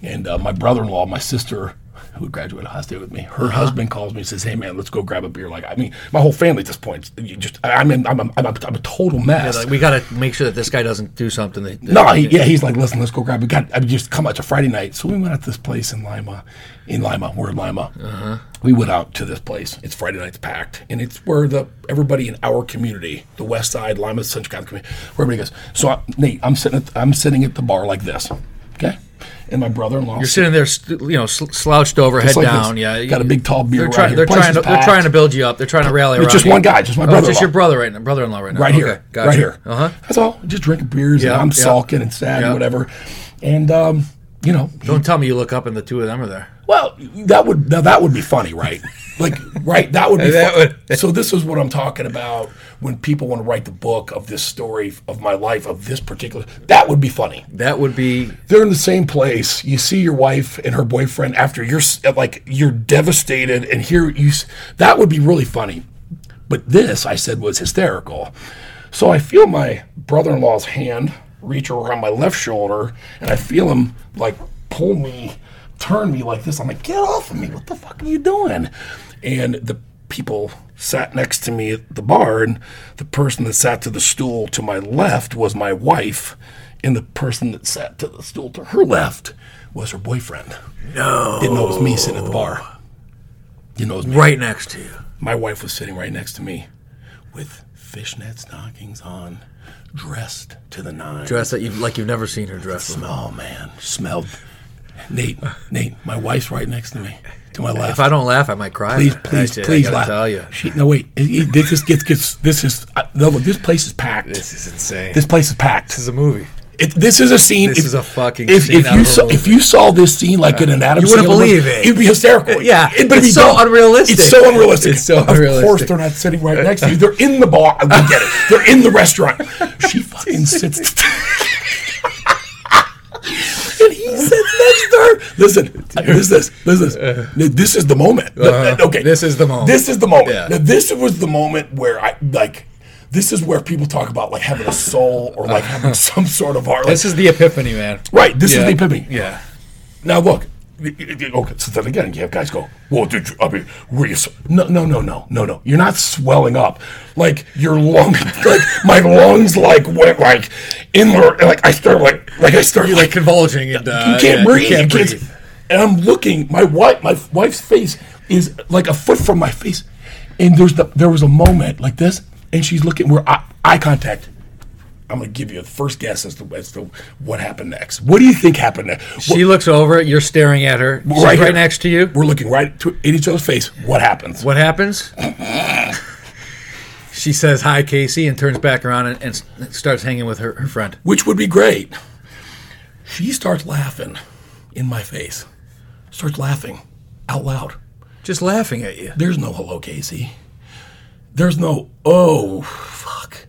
and uh, my brother-in-law, my sister. Who graduated high state with me? Her husband calls me and says, "Hey man, let's go grab a beer." Like I mean, my whole family at this point, you just I- I'm in, I'm, a, I'm, a, I'm a total mess. Like, we got to make sure that this guy doesn't do something. That, that- No, he, yeah, he's like, listen, let's go grab. We got. I just come out. It's a Friday night, so we went out to this place in Lima. In Lima, we're in Lima. Uh-huh. We went out to this place. It's Friday night's packed, and it's where the everybody in our community, the West Side, Lima Central Catholic community, where everybody goes. So I, Nate, I'm sitting. At, I'm sitting at the bar like this, okay, and my brother-in-law. You're sitting there, st- you know, sl- slouched over, head like down. this. Yeah, Got a big tall beer They're, right try- here. they're Place trying is to they're packed. trying to build you up. They're trying to rally It's around. just you. one guy, just my Oh, it's just brother-in-law. your brother right now, brother-in-law right now. right Okay, here, got right it. here. Uh huh. That's all. Just drinking beers, Yeah, and I'm yeah. sulking and sad, Yeah. and whatever. And um, you know, Don't tell me you look up and the two of them are there. Well, that would now that would be funny, right? Like, right? That would be. That fun. so this is what I'm talking about when people want to write the book of this story of my life of this particular. That would be funny. That would be They're in the same place. You see your wife and her boyfriend after you're s- like you're devastated, and here you. s- That would be really funny. But this I said was hysterical. So I feel my brother-in-law's hand reach around my left shoulder, and I feel him like pull me, turn me like this. I'm like, get off of me! What the fuck are you doing? And the people sat next to me at the bar, and the person that sat to the stool to my left was my wife, and the person that sat to the stool to her left was her boyfriend. No, didn't know it was me sitting at the bar. Didn't know it was me. right next to you. My wife was sitting right next to me with fishnet stockings on, dressed to the nines. Dress that you like you've never seen her dress. Oh, man. Smelled. Nate, Nate, my wife's right next to me, to my left. If I don't laugh, I might cry. please, I please, did, I please gotta laugh. tell you. She, no, wait. It- it- this, gets, gets, this is, I, no, look, this place is packed. This, is insane. place is packed. This is a movie. It, this is a scene. This is a fucking If, scene if out you of a saw, movie. if you saw this scene like in an Adam, You wouldn't Sandler believe movie, it. It'd be hysterical. Yeah. It- but it'd It's be so dumb. unrealistic. It's so unrealistic. It's so of course unrealistic. they're not sitting right next to you. They're in the bar. We get it. They're in the restaurant. She fucking sits. And he sits next to her. Listen, listen, this, listen. This is the moment. Okay, Uh-huh. This is the moment. This is the moment. Yeah. Now, this was the moment where I like. This is where people talk about like having a soul or like having some sort of art. Like, This is the epiphany, man. right. This is Yeah. the epiphany. Yeah. Now look. y- y- y- Okay, so then again, you have guys go, "Well, did you? I mean, were you? s- No, no, no, no, no, no. You're not swelling up. Like your lung, like my lungs, like went like inward. and, Like I start like like I start You're like convulsing and uh, you can't yeah, breathe. You can't can't- breathe. and I'm looking. My wife, my wife's face is like a foot from my face, and there's the there was a moment like this, and she's looking. We're eye, eye contact. I'm gonna give you the first guess as to as to what happened next. What do you think happened next? She looks over. You're staring at her. She's right right, here. next to you. we're looking right to, in each other's face. What happens? What happens? she says hi, Casey, and turns back around and, and s- starts hanging with her, her friend. Which would be great. She starts laughing in my face. Starts laughing out loud. Just laughing at you. There's no hello, Casey. There's no oh fuck,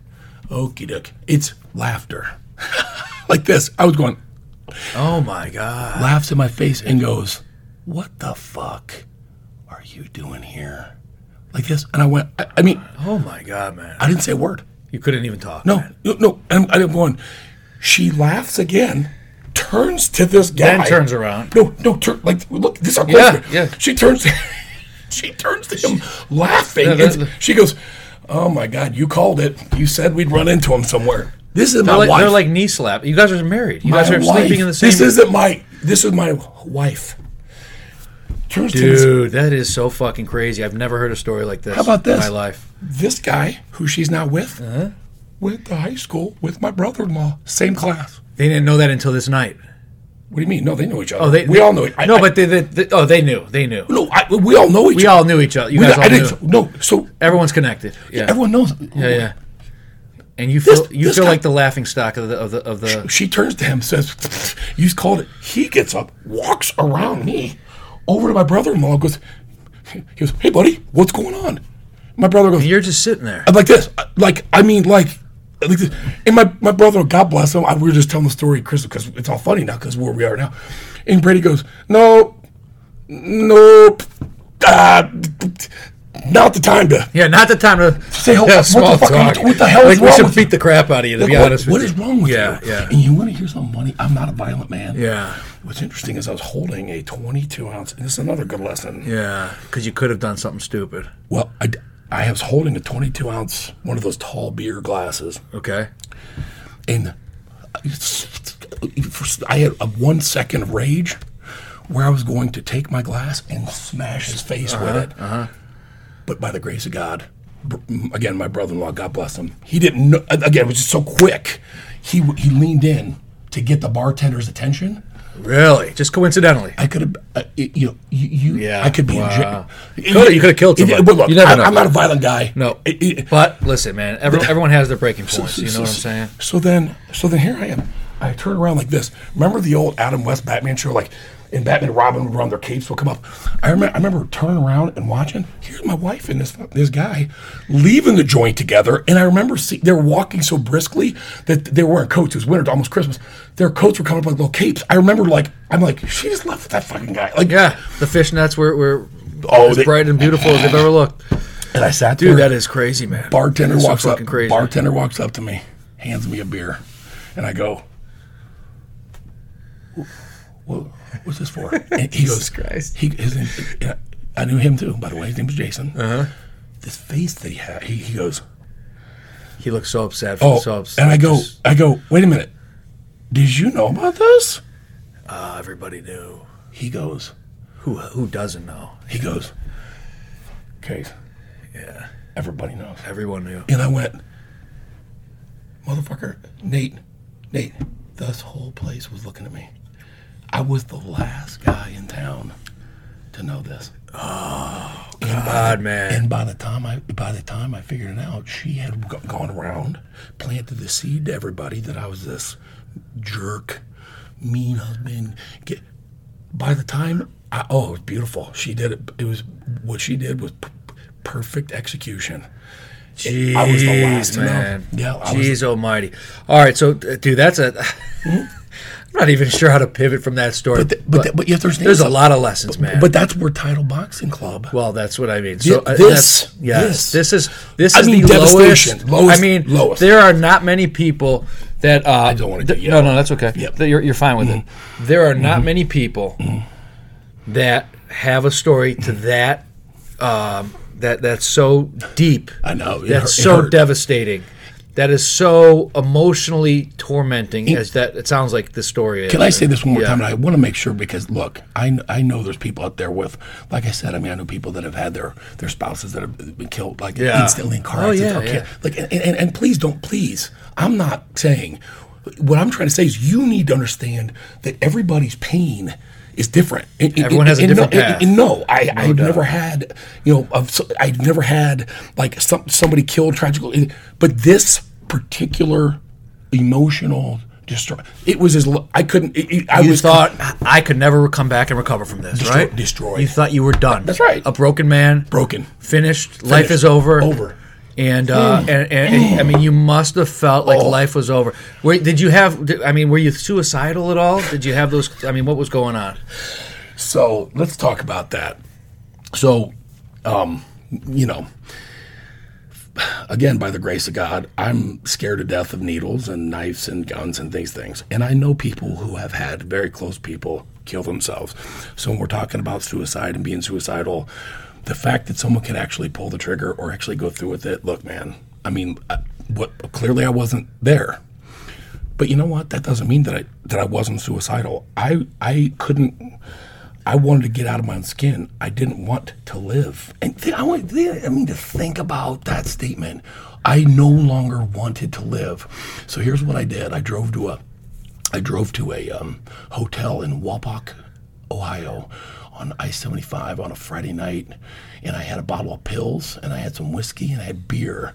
okie doke. It's laughter, like this. I was going Oh my god. laughs in my face and goes, "What the fuck are you doing here?" Like this, and I went. I, I mean, Oh my god, man. I didn't say a word. You couldn't even talk. No, man. no, no. And I'm, and I'm going. She laughs again, turns to this guy. Then turns around. No, no, tur like look, this is our Yeah, close- yeah. She turns she turns to him laughing. Yeah, and that- she goes, Oh my god, you called it. You said we'd run into him somewhere. This They're is my like, wife. they're like knee slap. You guys are married. You My guys are wife. sleeping in the same. This isn't my this is my wife. Turns to this Dude, that is so fucking crazy. I've never heard a story like this. How about In this? my life. this guy who she's not with Uh-huh. went to high school with my brother-in-law, same class. They didn't know that until this night. What do you mean? No, they know each other. Oh, they we all know. it. I- no, I- but they, they, they- oh, they knew. They knew. no, I, we all know each. We other. all knew each other. You We- guys I all knew. didn't- No, so Everyone's connected. Yeah. everyone knows. yeah, yeah. And you feel you this feel guy- like the laughing stock of the of the of the. She turns to him, says, "You called it." He gets up, walks around me, over to my brother-in-law, and goes, "He goes, hey buddy, what's going on?" My brother goes, You're just sitting there. like this, like I mean, like, like this. and my my brother, God bless him. I, we were just telling the story, Chris, because it's all funny now, because where we are now. And Brady goes, "No, nope, uh, not the time to." Yeah, not the time to Say, "Hold on, what the fuck are you- what the hell like is we wrong should with beat you?" the crap out of you. To be What- honest, what with is you. wrong with yeah, you? Yeah, And you want to hear something funny? I'm not a violent man. yeah, What's interesting is I was holding a 22 ounce. And this is another good lesson. yeah. Because you could have done something stupid. Well, I, I was holding a 22 ounce one of those tall beer glasses, Okay. and I had a one second of rage where I was going to take my glass and smash his face Uh-huh, with it. But by the grace of God, br- again, my brother-in-law, God bless him, he didn't. Know, again, it was just so quick. He he leaned in to get the bartender's attention. Really? Just coincidentally? I could have, uh, it- you know, you, you Yeah, I could be wow. in jail. Coulda- you coulda killed It- it- somebody. but look, You never I, know. I'm not a violent guy. No. It- it- But listen, man. Every, everyone has their breaking points. You know what I'm saying? So then, so then here I am. I turn around like this. Remember the old Adam West Batman show, like in Batman and Robin would run, their capes would come up. I remember, I remember turning around and watching. Here's my wife and this this guy leaving the joint together, and I remember see, they were walking so briskly that they were wearing coats. It was winter, almost Christmas. Their coats were coming up like little capes. I remember, like I'm like, she just left with that fucking guy. Like, Yeah. The fishnets were were Oh, as they- bright and beautiful as they've ever looked. and I sat there. Dude, that is crazy, man. Bartender That's so walks fucking up. crazy. Bartender walks up to me, hands me a beer, and I go, "What what's this for?" And he goes, Christ. He, his, name- I knew him too, by the way. His name was Jason. Uh-huh. This face that he had, he, he goes, He looks so upset. "Oh," so upset. and I go, Just, "I go, wait a minute. Did you know about this?" "Ah, everybody knew. He goes, Who who doesn't know? he goes, "Okay, Yeah. everybody knows." Everyone knew. And I went, motherfucker, Nate, Nate, this whole place was looking at me. I was the last guy in town to know this. God, man. And by the time I by the time I figured it out, she had g- gone around, planted the seed to everybody that I was this jerk, mean husband. Get, by the time I, oh, it was beautiful. She did it. It was what she did was p- perfect execution. Jeez, I was the last to know. man. Yeah, I was- Jeez almighty. All right, so, uh, dude, that's a. I'm not even sure how to pivot from that story. But the, but, the, but if there's there's a lot of lessons, man. But that's where Title Boxing Club. Well, that's what I mean. So Thi- uh, this- that's- yes, this. this, is this I is mean the devastation. lowest, Lowest- I mean, lowest. there are not many people that. Uh, I don't wanna get No, yelled no, that's okay. Yep. Mm-hmm. That you're, you're fine with it. There are not many people that have a story to Mm-hmm. that. Um, that that's so deep. I know, it That's hurt- it so hurt. devastating. That is so emotionally tormenting, as that it sounds like the story is. Can I say this one more Yeah. time? And I want to make sure because look, I, kn- I know there's people out there with, like I said, I mean I know people that have had their their spouses that have been killed like Yeah. instantly in car Oh, accidents. yeah, or yeah. kid- Like and, and, and please don't please. I'm not saying. What I'm trying to say is you need to understand that everybody's pain is different. And- and- Everyone has a and different no, path. and- and no, I, I've doubt. never had you know of, so- I've never had like some, somebody killed tragically, but this particular emotional distress it was as lo- I couldn't it, it- I You was thought I could never come back and recover from this, Destroy- right? destroyed. You thought you were done. That's right. A broken man, broken. finished. Life is over. Over. Hmm. And, uh, and, and and I mean, you must have felt Oh. like life was over. Were, did you have? did- I mean, were you suicidal at all? Did you have those? I mean, what was going on? So let's talk about that. So, um, you know, again, by the grace of God, I'm scared to death of needles and knives and guns and these things. And I know people who have had very close people kill themselves. So when we're talking about suicide and being suicidal, the fact that someone can actually pull the trigger or actually go through with it, look, man, I mean, I, what, clearly I wasn't there. But you know what? That doesn't mean that I that I wasn't suicidal. I I couldn't. I wanted to get out of my own skin. I didn't want to live. And th- I, want, th- I mean, to think about that statement. I no longer wanted to live. So here's what I did. I drove to a, I drove to a um, hotel in Wapak, Ohio, on I-75 on a Friday night, and I had a bottle of pills, and I had some whiskey, and I had beer,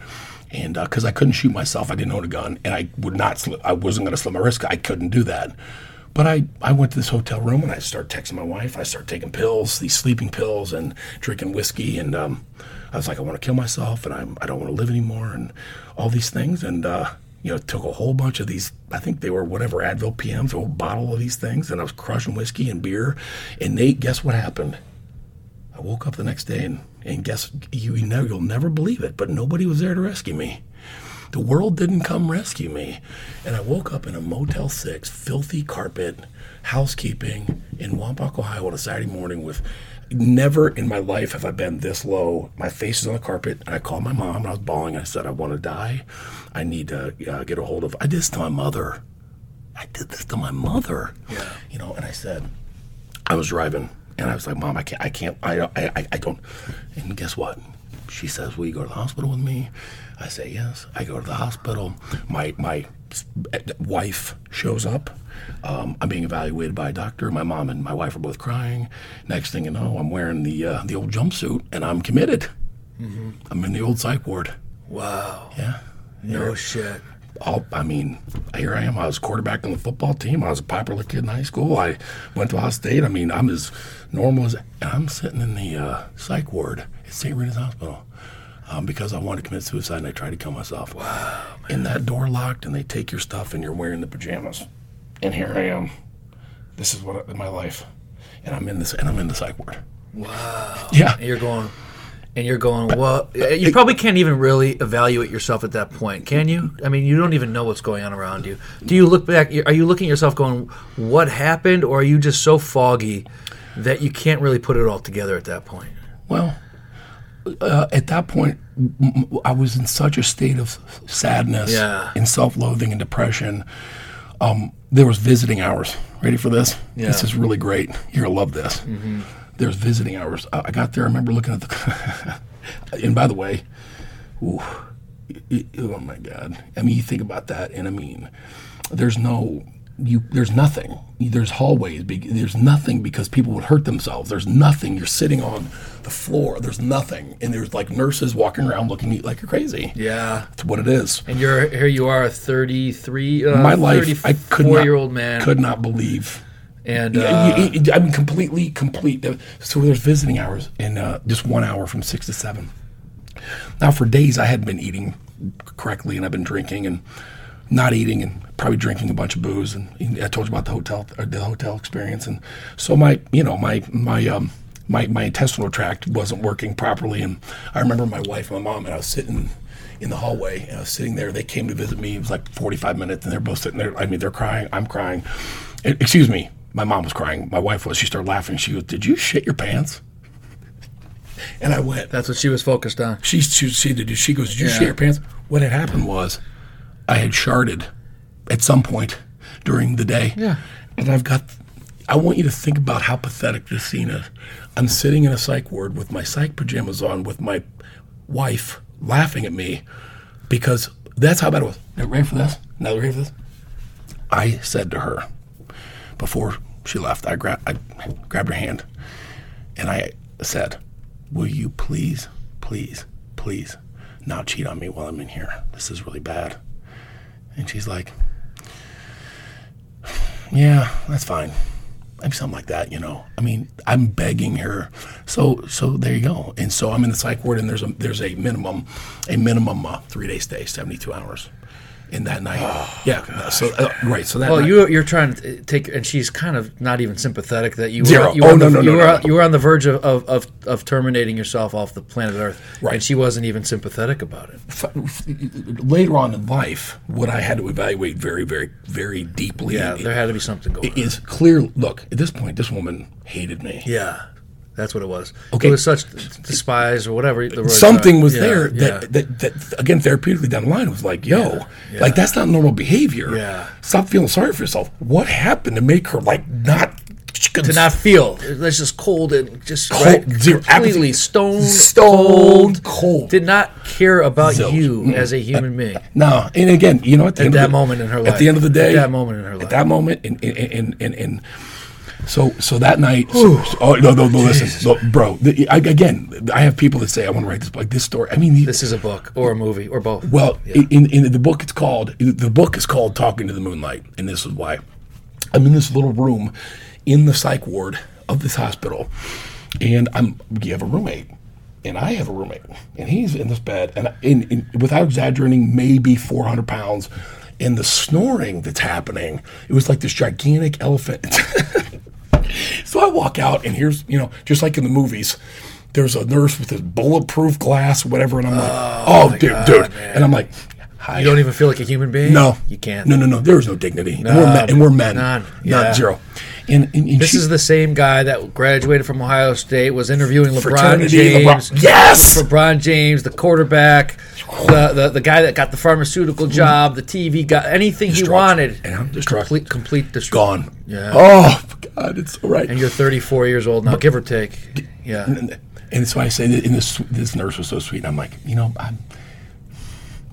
and because I couldn't shoot myself, I didn't own a gun, and I would not, sli- I wasn't going to slim my risk. I couldn't do that. But I, I went to this hotel room and I started texting my wife. I started taking pills, these sleeping pills, and drinking whiskey. And um, I was like, I want to kill myself and I'm, I don't want to live anymore and all these things. And, uh, you know, took a whole bunch of these, I think they were whatever Advil PMs, a whole bottle of these things. And I was crushing whiskey and beer. And Nate, guess what happened? I woke up the next day and, and guess, you, you never, you'll never believe it, but nobody was there to rescue me. The world didn't come rescue me. And I woke up in a Motel 6, filthy carpet, housekeeping in Wampach, Ohio on a Saturday morning with never in my life have I been this low. My face is on the carpet. And I called my mom and I was bawling. I said, I want to die. I need to uh, get a hold of. I did this to my mother. I did this to my mother. Yeah. You know, and I said, I was driving and I was like, Mom, I can't, I can't, I, I, I- I don't. And guess what? She says, Will you go to the hospital with me? I say, Yes. I go to the hospital. My, my s- eh, wife shows up. Um, I'm being evaluated by a doctor. My mom and my wife are both crying. Next thing you know, I'm wearing the, uh, the old jumpsuit and I'm committed. I'm in the old psych ward. Wow. Yeah. No shit. All, Oh, I mean, here I am. I was quarterback on the football team. I was a popular kid in high school. I went to Ohio State. I mean, I'm as normal as. And I'm sitting in the uh, psych ward at St. Rena's Hospital um, because I wanted to commit suicide and I tried to kill myself. Wow. And that door locked, and they take your stuff, and you're wearing the pajamas. And here I am. This is what I, my life. And I'm in this. And I'm in the psych ward. Wow. Yeah. And you're going, and you're going. Well, you probably can't even really evaluate yourself at that point, can you? I mean, you don't even know what's going on around you. Do you look back? Are you looking at yourself going, "What happened?" Or are you just so foggy that you can't really put it all together at that point? Well, uh, at that point, m- m- I was in such a state of sadness Yeah. and self-loathing and depression. Um, there was visiting hours. Ready for this? This Yeah. Mm-hmm. is really great. You're gonna love this. There's visiting hours. I, I got there. I remember looking at the. and by the way, ooh, it- it- oh my God! I mean, you think about that, and I mean, there's no. You, there's nothing. There's hallways. be- There's nothing because people would hurt themselves. There's nothing. You're sitting on the floor. There's nothing, and there's like nurses walking around looking at you like you're crazy. Yeah. That's what it is. And you're here. You are a 33, uh, My life, I could not. year old man, Could not believe and yeah, uh, you- you- I mean, completely, complete. So there's visiting hours in uh, just one hour from six to seven. Now, for days, I had been eating correctly, and I've been drinking and not eating, and probably drinking a bunch of booze. And, and I told you about the hotel, or the hotel experience, and so my, you know, my my um my my intestinal tract wasn't working properly. And I remember my wife, and my mom, and I was sitting in the hallway, and I was sitting there. They came to visit me. It was like 45 minutes, and they're both sitting there. I mean, they're crying. I'm crying. E- Excuse me. My mom was crying. My wife was. She started laughing. She goes, "Did you shit your pants?" And I went. that's what she was focused on. She she she, did, she goes, "Did you shit Yeah. your pants?" What had happened was, I had sharded at some point during the day. Yeah. and I've got. I want you to think about how pathetic this scene is. I'm sitting in a psych ward with my psych pajamas on, with my wife laughing at me, because that's how bad it was. Now ready for this? Now ready for this? I said to her before she left, I, gra- I grabbed her hand and I said, Will you please, please, please not cheat on me while I'm in here? This is really bad. And she's like, Yeah, that's fine. I mean, something like that, you know. I mean, I'm begging her. So, so there you go. And so I'm in the psych ward, and there's a there's a minimum, a minimum uh, three day stay, 72 hours. in that night. yeah. So uh, right. So that Well, night- you, you're trying to t- take, and she's kind of not even sympathetic that you were, Zero. You were Oh, on the, no, no, you no, were, no. You were on the verge of, of, of, of terminating yourself off the planet Earth, Right. and she wasn't even sympathetic about it. later on in life, what I had to evaluate very, very, very deeply Yeah, there had to be something going. on. is clear. Look, at this point, this woman hated me. Yeah, that's what it was. Okay. it was such despise or whatever. The word- Something was Yeah, there yeah. that, that, that, again, therapeutically down the line, was like, yo, like that's not normal behavior. Yeah. Stop feeling sorry for yourself. What happened to make her like not to not feel. That's just cold and just Cold, right, zero, completely apathy. stone Stone cold. Did not care about Zilch. Mm. you as a human being. No, and again, you know, at, the At end of that the- moment in her At life. the end of the At day, that moment in her life. At that moment, and and and and, and so so that night. So, so- oh no no no! Listen, look, bro. The, I, again, I have people that say I want to write this book. This story. I mean, the- This is a book or a movie or both. well, in, in the book, it's called the book is called Talking to the Moonlight, and this is why I'm in this little room in the psych ward of this hospital, and I'm you have a roommate, and I have a roommate, and he's in this bed, and, I- and, and without exaggerating, maybe 400 pounds, and the snoring that's happening, it was like this gigantic elephant. So I walk out, and here's, you know, just like in the movies, there's a nurse with this bulletproof glass, whatever, and I'm like, oh, dude, dude. And I'm like, hi. You don't even feel like a human being. no. you can't. No, no, no. There is no dignity. And we're men. And we're men. none. Yeah. Not zero. And, and, and This she- is the same guy that graduated from Ohio State, was interviewing LeBron Fraternity, James. LeBron- Yes! LeBron James, the quarterback, the, the the guy that got the pharmaceutical job, the TV guy, anything he Destruction. wanted. And I'm destructed. Complete, complete destruction. Gone. Yeah. Oh, God. It's all right. And you're 34 years old now, give or take. Yeah. And, and so I say, that, and this this nurse was so sweet. And I'm like, you know, I'm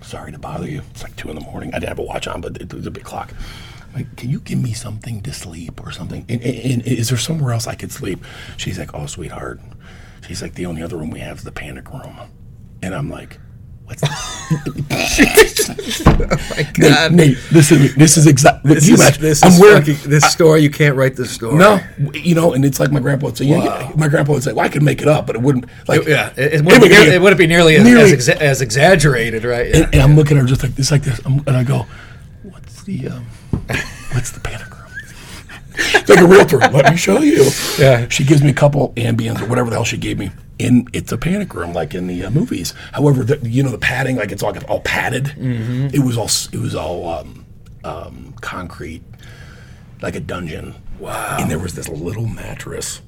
sorry to bother you. It's like two in the morning. I didn't have a watch on, but it was a big clock. I'm like, can you give me something to sleep or something? And, and, and is there somewhere else I could sleep? She's like, oh, sweetheart. She's like, the only other room we have is the panic room. And I'm like, what's Nate, Nate, this is this is exactly Oh This is, this is I'm wearing fucking- this story. You can't write this story. no, you know, and it's like my grandpa would say. You know, my grandpa would say, "Well, I could make it up, but it wouldn't." Like, Yeah, it, it wouldn't, be, would near- it wouldn't be nearly, as- Nearly. As, exa- as exaggerated, right? Yeah. And, and I'm looking at her just like this, like this, I'm, and I go, "What's the, um, what's the panic room?" It's like a realtor. Let me show you. Yeah. She gives me a couple ambience or whatever the hell she gave me, and it's a panic room like in the uh, movies. However, the, you know the padding, like it's all, all padded. Mm-hmm. It was all s- it was all um, um, concrete, like a dungeon. Wow. And there was this little mattress.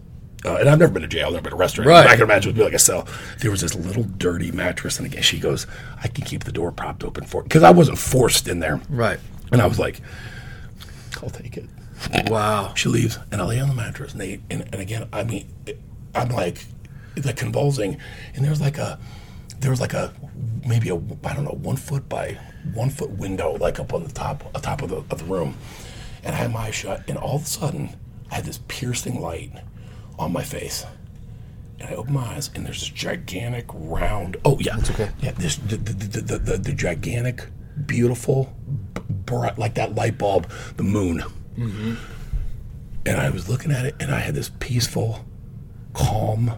Uh, and I've never been to jail, never been arrested. Right. Right. I can imagine it would be like a cell. There was this little dirty mattress, and again, she goes, "I can keep the door propped open for because I wasn't forced in there." Right. And I was like, "I'll take it." Wow. She leaves, and I lay on the mattress, and they, and, and again, I mean, I'm like, like convulsing, and there's like a, there was like a, maybe a, I don't know, one foot by one foot window, like up on the top, on top of the, of the room, and I had my eyes shut, and all of a sudden, I had this piercing light on my face. And I open my eyes, and there's this gigantic round. Oh yeah, that's okay. Yeah, this the the, the, the, the, the gigantic, beautiful, b- bright, like that light bulb, the moon. And I was looking at it, and I had this peaceful, calm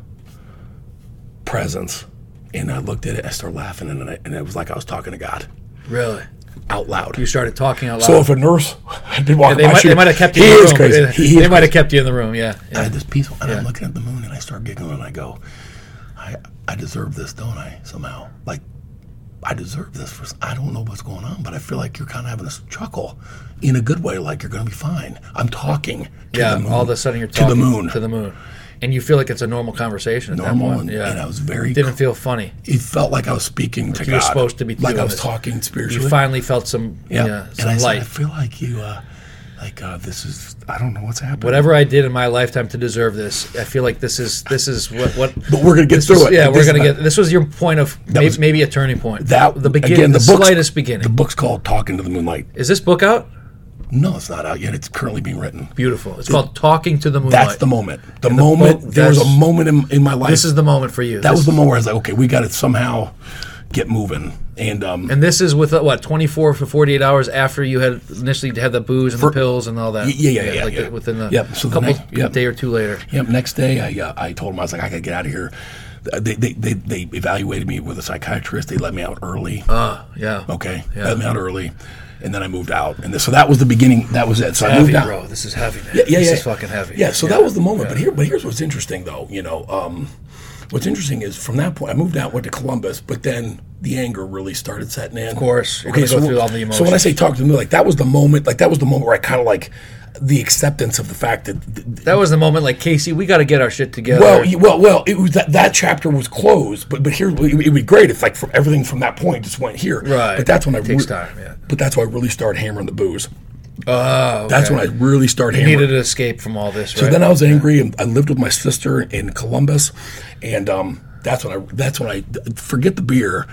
presence. And I looked at it, I started laughing, and, I, and it was like I was talking to God Really? out loud. You started talking out loud. So if a nurse did walk they, by, might, she they would- might have kept you he in the is room. crazy. They, He is they might have kept you in the room, yeah. I yeah. had this peaceful, and I'm Yeah. looking at the moon, and I start giggling, and I go, I, I deserve this, don't I? Somehow, like, I deserve this. For s- I don't know what's going on, but I feel like you're kind of having this chuckle, in a good way, like you're going to be fine. I'm talking. To Yeah, the moon, all of a sudden you're to talking the moon, To the moon. And you feel like it's a normal conversation at that normal, point. and, yeah. and I was very. it didn't feel funny. it felt like I was speaking to you were God, supposed to be like I doing was this. talking spiritually. You finally felt some, yeah, yeah, and I some said, I light. feel like you, uh, like uh, this is. I don't know what's happening. Whatever I did in my lifetime to deserve this, I feel like this is this is what what. But we're gonna get this through was- it. Yeah, This we're is gonna not- get. This was your point of may, was- maybe a turning point. That the beginning, again, the, the, book's- slightest beginning. The book's called "Talking to the Moonlight." is this book out? No, it's not out yet. It's currently being written. Beautiful. It's called Talking to the Moonlight. That's the moment. The moment. mo- there was a that's- moment in, in my life. This is the moment for you. that This- was the moment where I was like, okay, we got to somehow get moving. And um, And this is with uh, what 24 to 48 hours after you had initially had the booze and the pills and all that. Y- yeah, yeah, yeah, like uh, yeah. within the Yep, so the couple next- yep. day or two later. Yep. Next day, I uh, I told him I was like, I gotta get out of here. They they, they they evaluated me with a psychiatrist. They let me out early. Uh, yeah. okay, yeah. let me out early, and then I moved out. And so that was the beginning. That was it. So I Heavy, moved out. bro. This is heavy, man. Yeah, yeah, this yeah. is fucking heavy. Yeah. So that was the moment. But here, but here's what's interesting though. You know, um, what's interesting is from that point, I moved out, went to Columbus, but then the anger really started setting in. Of course. You're gonna go through all the So when I emotions. say talk to them, like that was the moment. Like that was the moment where I kind of like the acceptance of the fact that. th- th- That was the moment, like Casey, we got to get our shit together. well, you- well, well. It was that, that chapter was closed, but but here it would be great if like from everything from that point just went here. Right. But that's when I Takes time, yeah. But that's why I really started hammering the booze. oh, That's when I really started hammering. needed an escape from all this. Right? So then I was angry, and I lived with my sister in Columbus, and um, that's when I that's when I forget the beer.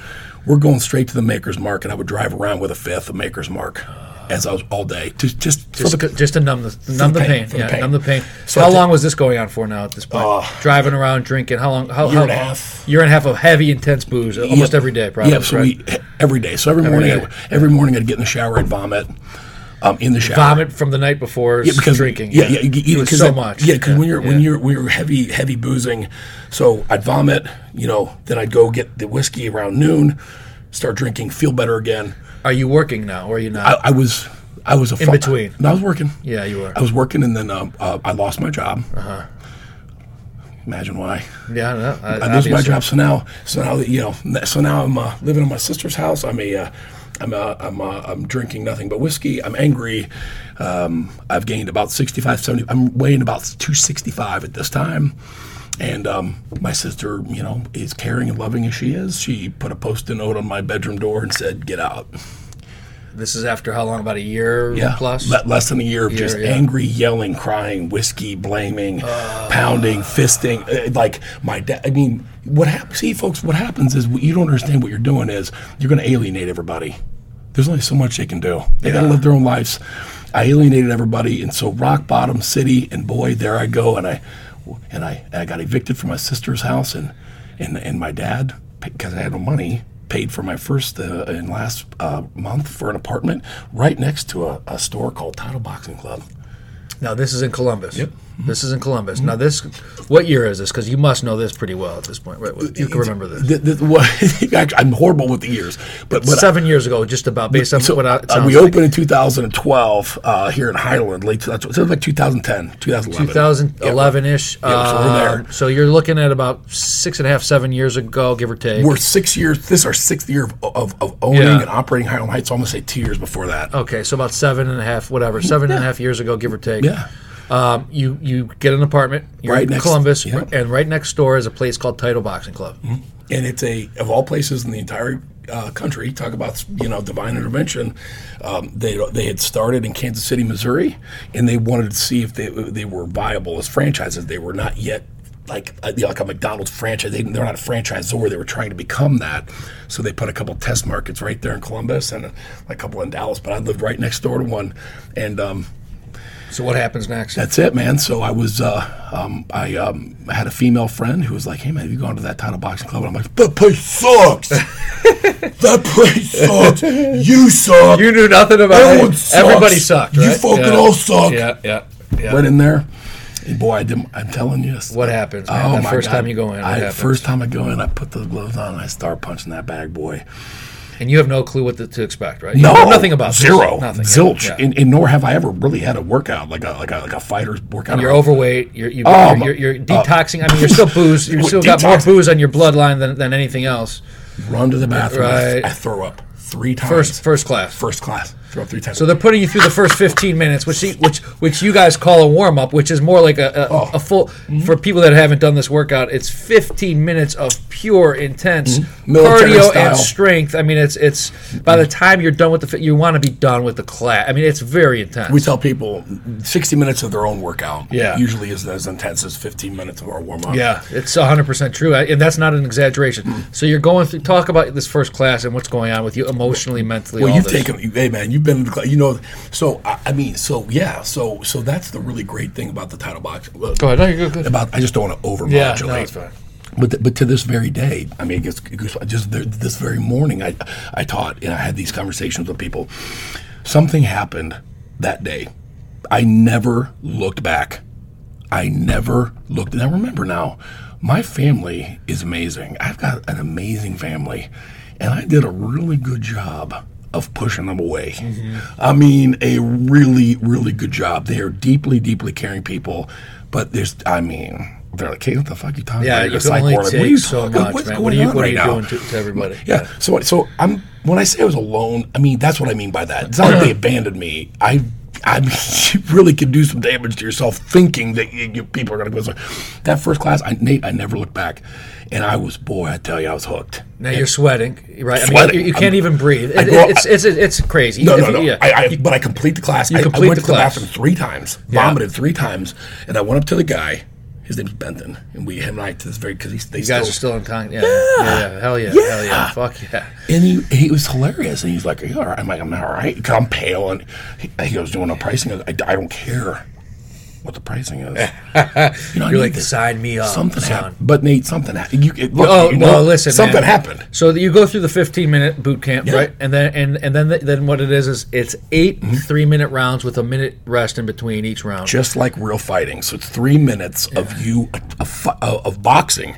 We're going straight to the Maker's Mark, and I would drive around with a fifth of Maker's Mark as I was all day, just just, for just, the, to- just to numb the numb the the pain, pain, for the yeah, pain. numb the pain. So I how did- Uh, long was this going on for now at this point? Driving around, drinking. How long? How, Year how, and a half. Year and a half of heavy, intense booze, almost every day, probably. Yeah, so right? we, every day. So every, morning, day. I, every morning I'd get in the shower and vomit. Um, in the shower, vomit from the night before drinking. Yeah, yeah, you- it you- was 'cause so that- much. Yeah, because when you're when yeah. you're when you're heavy heavy boozing, so I'd vomit. You know, then I'd go get the whiskey around noon, start drinking, feel better again. Are you working now, or are you not? I, I was I was a in between. I was working. yeah, you are. I was working, and then um, uh, I lost my job. Uh-huh. Imagine why. yeah, no, I, I lose my obviously. job, so now, so now, you know, so now I'm uh, living in my sister's house. I'm a, uh, I'm, uh, I'm, uh, I'm drinking nothing but whiskey. I'm angry. Um, I've gained about 65, 70. I'm weighing about 265 at this time. And um, my sister, you know, is caring and loving as she is. She put a post-it note on my bedroom door and said, "Get out." This is after how long? About a year Yeah, plus. le- less than a year of just yeah. angry, yelling, crying, whiskey, blaming, pounding, fisting. Uh, Like my dad. I mean, what happens? See, folks, what happens is what you don't understand. What you're doing is you're going to alienate everybody. There's only so much they can do. They got to live their own lives. I alienated everybody, and so rock bottom city, and boy, there I go, and I, and I, I got evicted from my sister's house, and and and my dad because I had no money paid for my first uh, and last uh, month for an apartment right next to a, a store called Title Boxing Club. Now this is in Columbus. Yep. This is in Columbus. Mm-hmm. Now this, what year is this? Because you must know this pretty well at this point, right? You can remember this. The, the, what, actually, I'm horrible with the years, but but Seven years ago, just about based on so, what I, it uh, sounds we like. opened in 2012 uh, here in Highland, late so that's- so like 2010, 2011. 2011 ish. Yeah, so we're there. uh, so you're looking at about six and a half, seven years ago, give or take. We're six years. This is our sixth year of, of, of owning Yeah. and operating Highland Heights. I'm gonna say two years before that. okay, so about seven and a half, whatever, seven and a half years ago, give or take. Yeah. Um, you you get an apartment you're Right in next- Columbus, yeah. Mm-hmm. and right next door is a place called Title Boxing Club. and it's a of all places in the entire uh, country. Talk about you know divine intervention. Um, they they had started in Kansas City, Missouri, and they wanted to see if they they were viable as franchises. They were not yet. Like a, you know, like a McDonald's franchise, they, they're not a franchisor. They were trying to become that, so they put a couple test markets right there in Columbus and a, a couple in Dallas. But I lived right next door to one, and um, So what happens next? that's it, man. So I was, uh, um, I um, had a female friend who was like, "Hey, man, have you gone to that title boxing club?" And I'm like, "That place sucks. that place sucks. You suck. You knew nothing about Everyone it. sucks. Everybody sucked, You right? fucking yeah. all suck." Yeah, yeah, yeah. Went in there, and boy, I didn't. I'm telling you, it's- What happens, man? That first time you go in, what Oh I, happens? first time I go in, I put those gloves on, and I start punching that bag, boy. and you have no clue what to, to expect, right? You No, know nothing about this. zero, nothing, yeah, zilch, yeah. And, and nor have I ever really had a workout like a like a like a fighter's workout. You're overweight. You're you, Oh, my- you're, you're, you're detoxing. I mean, you're still booze. You Well, still got more detox- booze on your bloodline than, than anything else. run to the bathroom. Right. I, I throw up three times. First, first class. First class. Throw up three times. So they're putting you through the first 15 minutes, which you- which which you guys call a warm up, which is more like a, a, Oh. a full Mm-hmm. for people that haven't done this workout. It's 15 minutes of pure intense Mm-hmm. Military cardio style. and strength. I mean, it's it's by the time you're done with the fi- you want to be done with the class. I mean, it's very intense. we tell people 60 minutes of their own workout Yeah. usually is as intense as 15 minutes of our warm up. yeah, it's 100% true. I- And that's not an exaggeration. Mm-hmm. So you're going through, talk about this first class and what's going on with you emotionally, mentally. Well, all you've this. taken, hey man, you've been, in the cl- you know, so I, I mean, so yeah, so so that's the really great thing about the title box. uh, Go ahead. No, you're good. About, I just don't want to overmodulate. Yeah, no, it's fine. But, th- but to this very day, I mean, it gets, it gets- just th- this very morning, I, I taught and I had these conversations with people. Something happened that day. I never looked back. I never looked. And I remember now, my family is amazing. I've got an amazing family, and I did a really good job of pushing them away. Mm-hmm. I mean, a really, really good job. They are deeply, deeply caring people, but there's, I mean, they're like, "Hey, what the fuck you talking Yeah, about?" you It's can like, only we're like, take so talking- much, man. What are you- on what are right you now? doing to- to everybody? Yeah. So, so I'm when I say I was alone, I mean that's what I mean by that. It's not like they abandoned me. I, I you really can do some damage to yourself thinking that you, you, people are going to go. So that first class, I Nate, I never looked back, and I was boy, I tell you, I was hooked. Now you're sweating, right? I Sweating. mean, you, you can't I'm- even breathe. It- I go- it's, it's, it's crazy. No, If no, you- no. yeah. I, I, but I complete the class. I, I complete went the to the class. bathroom three times, vomited three times, and I went up to the guy. His name's Benton, and we him and I to this very because he's they you guys still, are still in contact. Yeah, yeah, yeah, yeah. Hell yeah, hell yeah. Yeah. Fuck yeah. And he, he was hilarious. And he's like, Are you all right? I'm like, I'm all right. 'Cause I'm pale. And he, he goes, Doing a pricing. I, I don't care what the pricing is. You know, I You're need like, this. sign me up, Something son. happened. But Nate, something happened. You, it- look, Oh you no! know, Listen, Something man. happened. So you go through the 15 minute boot camp, Yeah. right? And then and and then then what it is is it's 8 Mm-hmm. three minute rounds with a minute rest in between each round. Just like real fighting. So it's three minutes of you, a, a fi- uh, of boxing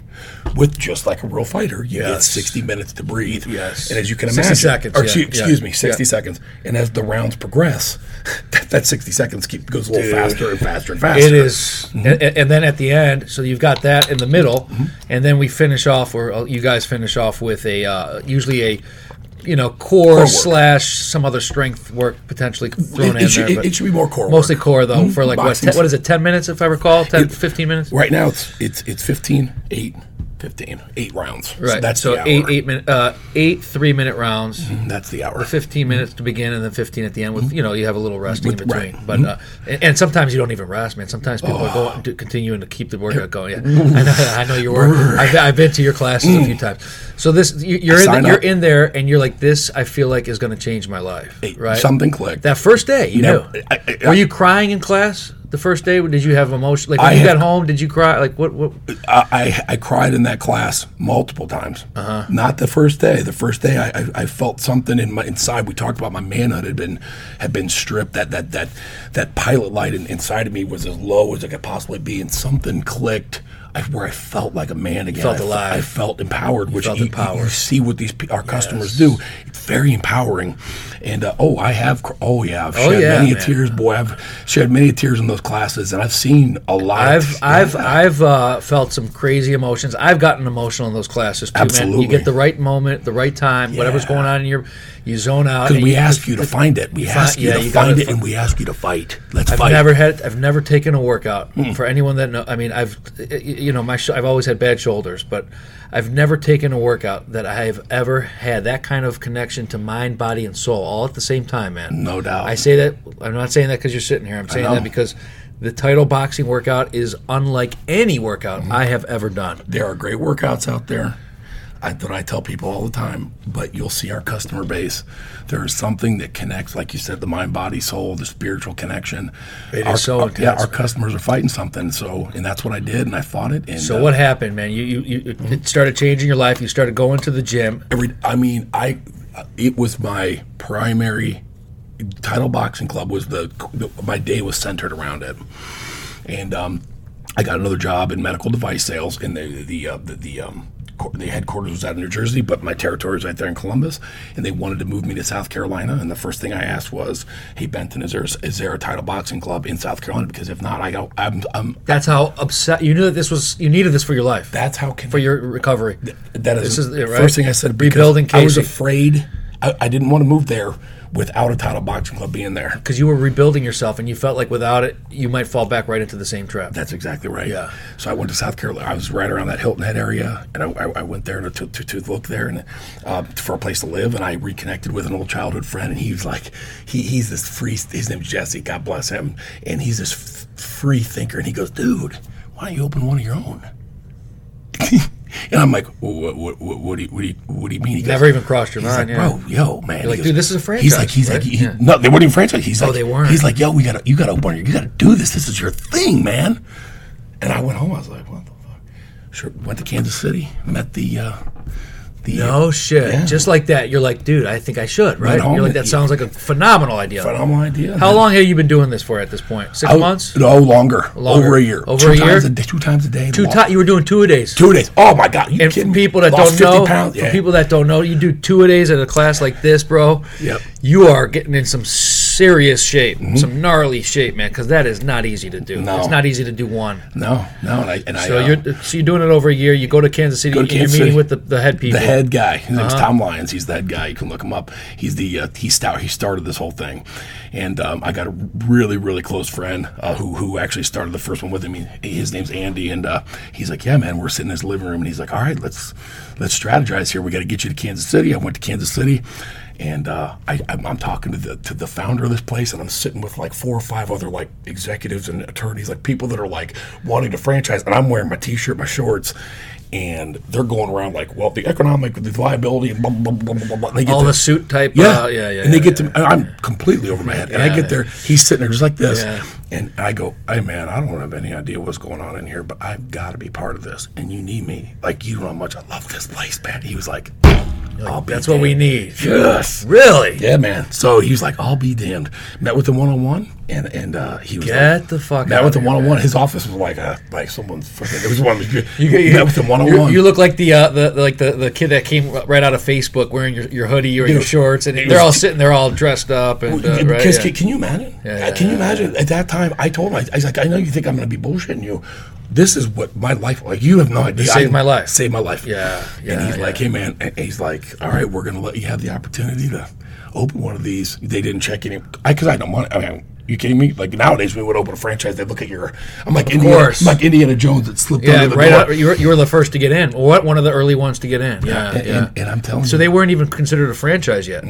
with just like a real fighter. You get Yes. 60 minutes to breathe. Yes. And as you can 60 imagine, seconds, or yeah, excuse, yeah, excuse me, 60 yeah. seconds. And as the rounds progress, that, that 60 seconds keep, goes a little faster and faster and faster. It is- Mm-hmm. and, and then at the end, so you've got that in the middle, and then we finish off, or uh, you guys finish off with a uh, usually a, you know, core, work. slash some other strength work potentially thrown it in should- there. it- but it should be more core mostly work. core though Mhm. for like what, Boxing's- te- what is it, 10 minutes if I recall, 10, 15 minutes. Right now, it's it's it's 15, 8, 15, 8 rounds. So Right. that's so the hour. eight eight minute uh, eight three minute rounds. That's the hour. 15 minutes to begin and then 15 at the end with you know you have a little rest in Mm-hmm. With- right. Oh. between but uh, and, and sometimes you don't even rest man sometimes people are going to continuing to keep the workout going yeah I know, I know you were I've, I've been to your classes a few times so this you, you're in Sign the, you're Mm. up. in there and you're like this I feel like is going to change my life right Something clicked. that first day you Never- knew I- I- were you crying in class the first day did you have emotion like when I you have- got home did you cry like what what I, I I cried in that class multiple times. Uh-huh. Not the first day. The first day, I, I, I felt something in my inside. We talked about my manhood had been had been stripped. That that that that pilot light in, inside of me was as low as it could possibly be, and something clicked. I, where I felt like a man again. felt I fe- alive. I felt empowered, which felt you, you- empowered. you see what these pe- our customers do. It's very empowering. And uh, oh, I have. cr- Oh yeah, I've Oh, shed yeah, many a man. tears, boy. I've shed many a tears in those classes, and I've seen a lot. I've I've I've uh, felt some crazy emotions. I've gotten emotional in those classes too, man. Absolutely. You get the right moment, the right time, whatever's going on in your, you zone out. Because and we you- ask you to find it. We ask you yeah, to you gotta find it, fi- and we ask you to fight. Let's I've fight. Hmm. never had. I've never taken a workout for anyone that know. I mean, I've y- you know my sh- I've always had bad shoulders, but I've never taken a workout that I have ever had that kind of connection to mind, body, and soul all at the same time, man. No doubt. I say that. I'm not saying that because you're sitting here. I'm saying know. that because the title boxing workout is unlike any workout Hmm. I have ever done. there are great workouts out there I, that I tell people all the time, but you'll see our customer base. There is something that connects, like you said, the mind, body, soul, the spiritual connection. It is is so Yeah, intense. our customers are fighting something. So, and that's what I did, and I fought it. And So uh, what happened, man? You you, you Mm-hmm. it started changing your life. You started going to the gym. every i mean i it was my primary title boxing club was the my day was centered around it and um i got another job in medical device sales and the the uh, the, the um cor- the headquarters was out in New Jersey, but my territory was right there in Columbus, and they wanted to move me to South Carolina. And the first thing I asked was, "Hey Benton, is there is there a title boxing club in South Carolina? Because if not, I go, I'm, I'm That's how upset you knew that this was. You needed this for your life, that's how can for your recovery. That is, This is it, right? first thing I said. because Rebuilding I was Casey. afraid. I, I didn't want to move there without a title boxing club being there. Because you were rebuilding yourself, and you felt like without it, you might fall back right into the same trap. That's exactly right. Yeah. So I went to South Carolina. I was right around that Hilton Head area, and I, I, I went there to, to, to, to look there and uh, for a place to live. And I reconnected with an old childhood friend, and he was like, he, he's this free. His name's Jesse. God bless him. And he's this f- free thinker, and he goes, dude, why don't you open one of your own? and I'm like, well, what, what, what, what, do you, what, do you, what do you mean? He goes, Never even crossed your He's mind, like, yeah. bro, yo, man. He like, goes- dude, this is a He's like, franchise, he's right? like, he- Yeah. no, they weren't even franchise. He's like, Oh, they weren't. He's like, yo, we gotta, you gotta open, it. you gotta do this. This is your thing, man. And I went home. I was like, what the fuck? Sure, went to Kansas City, met the uh, the No shit. Yeah. Just like that, you're like, dude, I think I should, right? home You're like, with that you. sounds like a phenomenal idea. phenomenal idea. How long have you been doing this for at this point? Six I w- months? No, longer. Longer. Over a year. Over two a times year? day, two times a day. Two Lo- ti You were doing two a days. Two days. Oh my God! You And kidding for me? people that Lost don't know, 50 pounds. for Yeah. people that don't know, you do two a days at a class like this, bro. Yep. Mm-hmm. You are getting in some serious shape, some gnarly shape, man, because that is not easy to do. No. It's not easy to do one. no, no, and I and So I. uh, you're so you're doing it over a year. You go to Kansas City. Go to and Kansas you're meeting City. with the, the head people. the head guy. His name's Tom Lyons. He's the head guy. You can look him up. He's the uh, he stout. He started this whole thing, and um, I got a really really close friend uh, who who actually started the first one with him. He, his name's Andy, and uh, he's like, yeah, man, we're sitting in his living room, and he's like, all right, let's let's strategize here. We got to get you to Kansas City. I went to Kansas City. And uh, I, I'm, I'm talking to the to the founder of this place, and I'm sitting with like four or five other like executives and attorneys, like people that are like wanting to franchise, and I'm wearing my t-shirt, my shorts, and they're going around like, well, the economic, the liability, and blah blah blah blah blah. blah. They get All to- the suit type. yeah, uh, yeah, yeah. And they yeah, get to, and I'm completely over my head, and I get there. He's sitting there just like this, Yeah. and I go, "Hey, man, I don't have any idea what's going on in here, but I've got to be part of this, and you need me. Like you don't know how much I love this place, man." He was like, "I'll be That's what we damned." need. Yes. Really? Yeah, man. So he was like, "I'll be damned." Met with him one on one, and and uh, he was Get like, the fuck Met out with of him here, one on one. His office was like a like someone's freaking. It was one. You, get- met with him one on You, one. you look like the, uh, the the- like the, the kid that came right out of Facebook wearing your, your hoodie or your Dude, shorts, and it they're was- all sitting there all dressed up and uh, Because right, yeah. can, can you imagine? Uh, Yeah, yeah, can you yeah, imagine? At that time, I told him, I, I was like, I know you think I'm going to be bullshitting you. This is what my life like. You have no idea. saved I- my life. Saved my life. Yeah, and yeah, he's like, hey man, and he's like, all right, we're going to let you have the opportunity to open one of these. They didn't check any. I because I don't want. I mean, you kidding me? Like nowadays, we would open a franchise. They look at your. I'm like Indiana. course. I'm like Indiana Jones that slipped Yeah, under the right. door. Out, you, were, you were the first to get in, or what? One of the early ones to get in. Yeah, and, yeah. and, and I'm telling so you, they weren't even considered a franchise yet.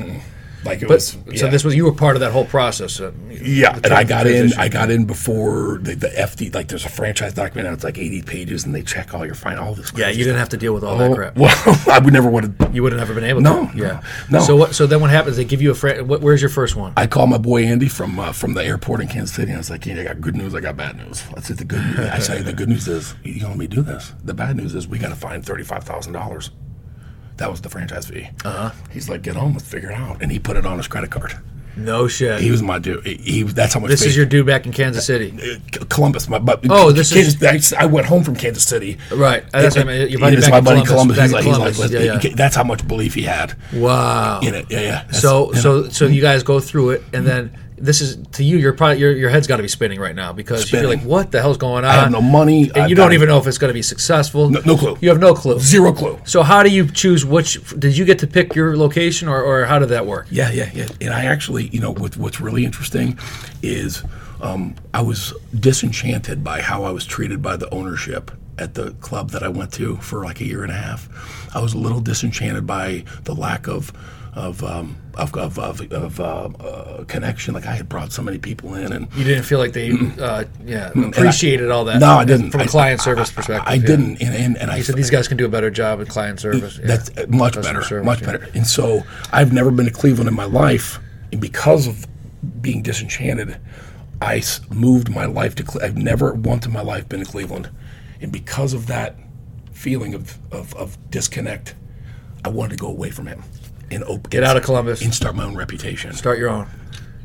like it But was. so yeah. this was you were part of that whole process. uh, Yeah, the and I trans- got in. transition. I got in before the, the FD. Like, there's a franchise document, and it's like 80 pages, and they check all your fine, all this. yeah, crazy you didn't have to deal with all stuff. that crap. Well, I would never would have. You would have never been able. Oh. No, to. no, yeah, no. So what? So then what happens? They give you a fran- what, Where's your first one? I called my boy Andy from uh, from the airport in Kansas City, and I was like, "Hey, I got good news. I got bad news. I said the good. news. I said the good news is you gonna let me do this. The bad news is we got to find thirty five thousand dollars. That was the franchise fee. Uh-huh. He's like, get home, let's figure it out, and he put it on his credit card. No shit. He was my dude. He, he that's how much. this faith- is your dude back in Kansas City. uh, C- Columbus. My but Oh, this Kansas, is- I, I went home from Kansas City. Right. That's And- what I meant. Your and buddy it's back my in buddy Columbus, Columbus. back He's in like, Columbus. he's like, Yeah, let's- yeah. that's how much belief he had Wow. in it. Yeah, yeah. That's- So Mm-hmm. so so you guys go through it, and then this is to you. Your probably your, your head's got to be spinning right now because you're Spinning. like, what the hell's going on? I have no money. and I've you don't got even know if it's going to be successful. No- no clue. You have no clue. zero clue. So how do you choose which? Did you get to pick your location, or, or how did that work? Yeah, yeah, yeah. And I actually, you know, what, what's really interesting is um, I was disenchanted by how I was treated by the ownership at the club that I went to for like a year and a half. I was a little disenchanted by the lack of. Of, um, of of of, of uh, uh, connection, like I had brought so many people in, and You didn't feel like they uh, yeah appreciated all that. No, I didn't. From a I- client I- service I- perspective, I, yeah. didn't, and and, and I You said these guys can do a better job in client service. yeah. that's uh, much Customer better, service, much yeah. better. And so I've never been to Cleveland in my life, and because of being disenchanted, I s- moved my life to. Cle- I've never once in my life been to Cleveland, and because of that feeling of of, of disconnect, I wanted to go away from him and open, Get out of Columbus. and start my own reputation. start your own.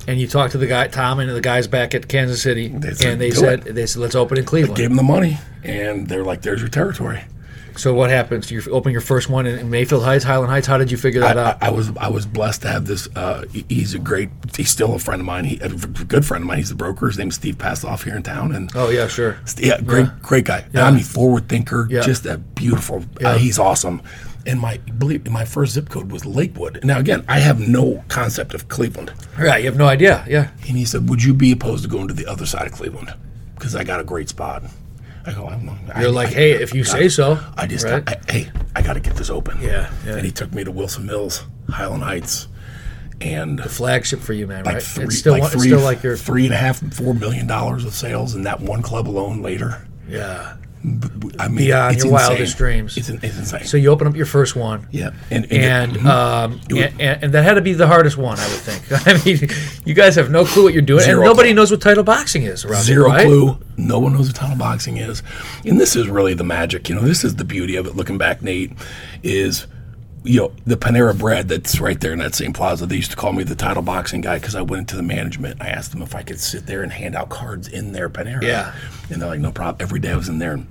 And you talk to the guy Tom and the guys back at Kansas City, said, and they "Do said they said let's open in Cleveland. Gave him the money, and they're like, "There's your territory." So what happens? You open your first one in in Mayfield Heights, Highland Heights. How did you figure that I, out? I, I was I was blessed to have this. Uh, he- he's a great. He's still a friend of mine. He a good friend of mine. He's a broker. His name's Steve Passoff here in town, and oh yeah, sure. yeah, great great guy. I mean, forward thinker. Yeah. Just a beautiful. uh, he's awesome. And my believe my first zip code was Lakewood. Now again, I have no concept of Cleveland. Right, you have no idea. Yeah, And he said, "Would you be opposed to going to the other side of Cleveland? Because I got a great spot." I go, "I'm not." I- you're like, I- hey, if you say so. I just, right? I, hey, I got to get this open. Yeah, yeah. And he took me to Wilson Mills, Highland Heights, and flagship for you, man. like right? three, it's still like one- three, it's still like your three and a half, four million dollars of sales in that one club alone. Later, yeah. I mean, Beyond it's your insane. wildest dreams. It's, in- it's insane. So you open up your first one. yeah, And, um, It was- and and that had to be the hardest one, I would think. I mean, you guys have no clue what you're doing, Zero and nobody clue. knows what title boxing is. Around Zero here, right? clue. No one knows what tunnel boxing is. And this is really the magic. You know, this is the beauty of it. Looking back, Nate, is you know the Panera Bread that's right there in that same plaza. They used to call me the title boxing guy because I went into the management. I asked them if I could sit there and hand out cards in their Panera. Yeah. And they're like, no problem. Every day I was in there. and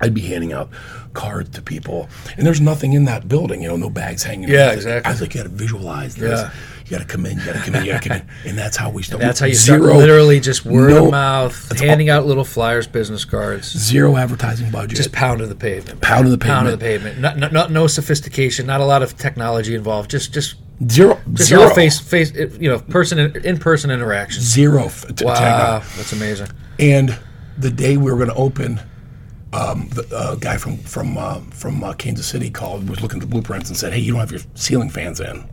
I'd be handing out cards to people, and there's nothing in that building, you know, no bags hanging. Yeah, I was like- exactly. I was like, you got to visualize this. Yeah. You got to come in. You got to come in. You got to come in. And that's how we started. That's how you start. Literally, just word of mouth, That's handing out little flyers, business cards, zero advertising budget. just pounding the pavement. pound of the Pound pavement. of the pavement. Not, not, not no sophistication. Not a lot of technology involved. Just just Zero. just zero. all face face. You know, person in person interactions. Zero. f- t- Wow, techno- that's amazing. And the day we were going to open, um, the uh, guy from from uh, from uh, Kansas City called, was looking at the blueprints and said, "Hey, you don't have your ceiling fans in.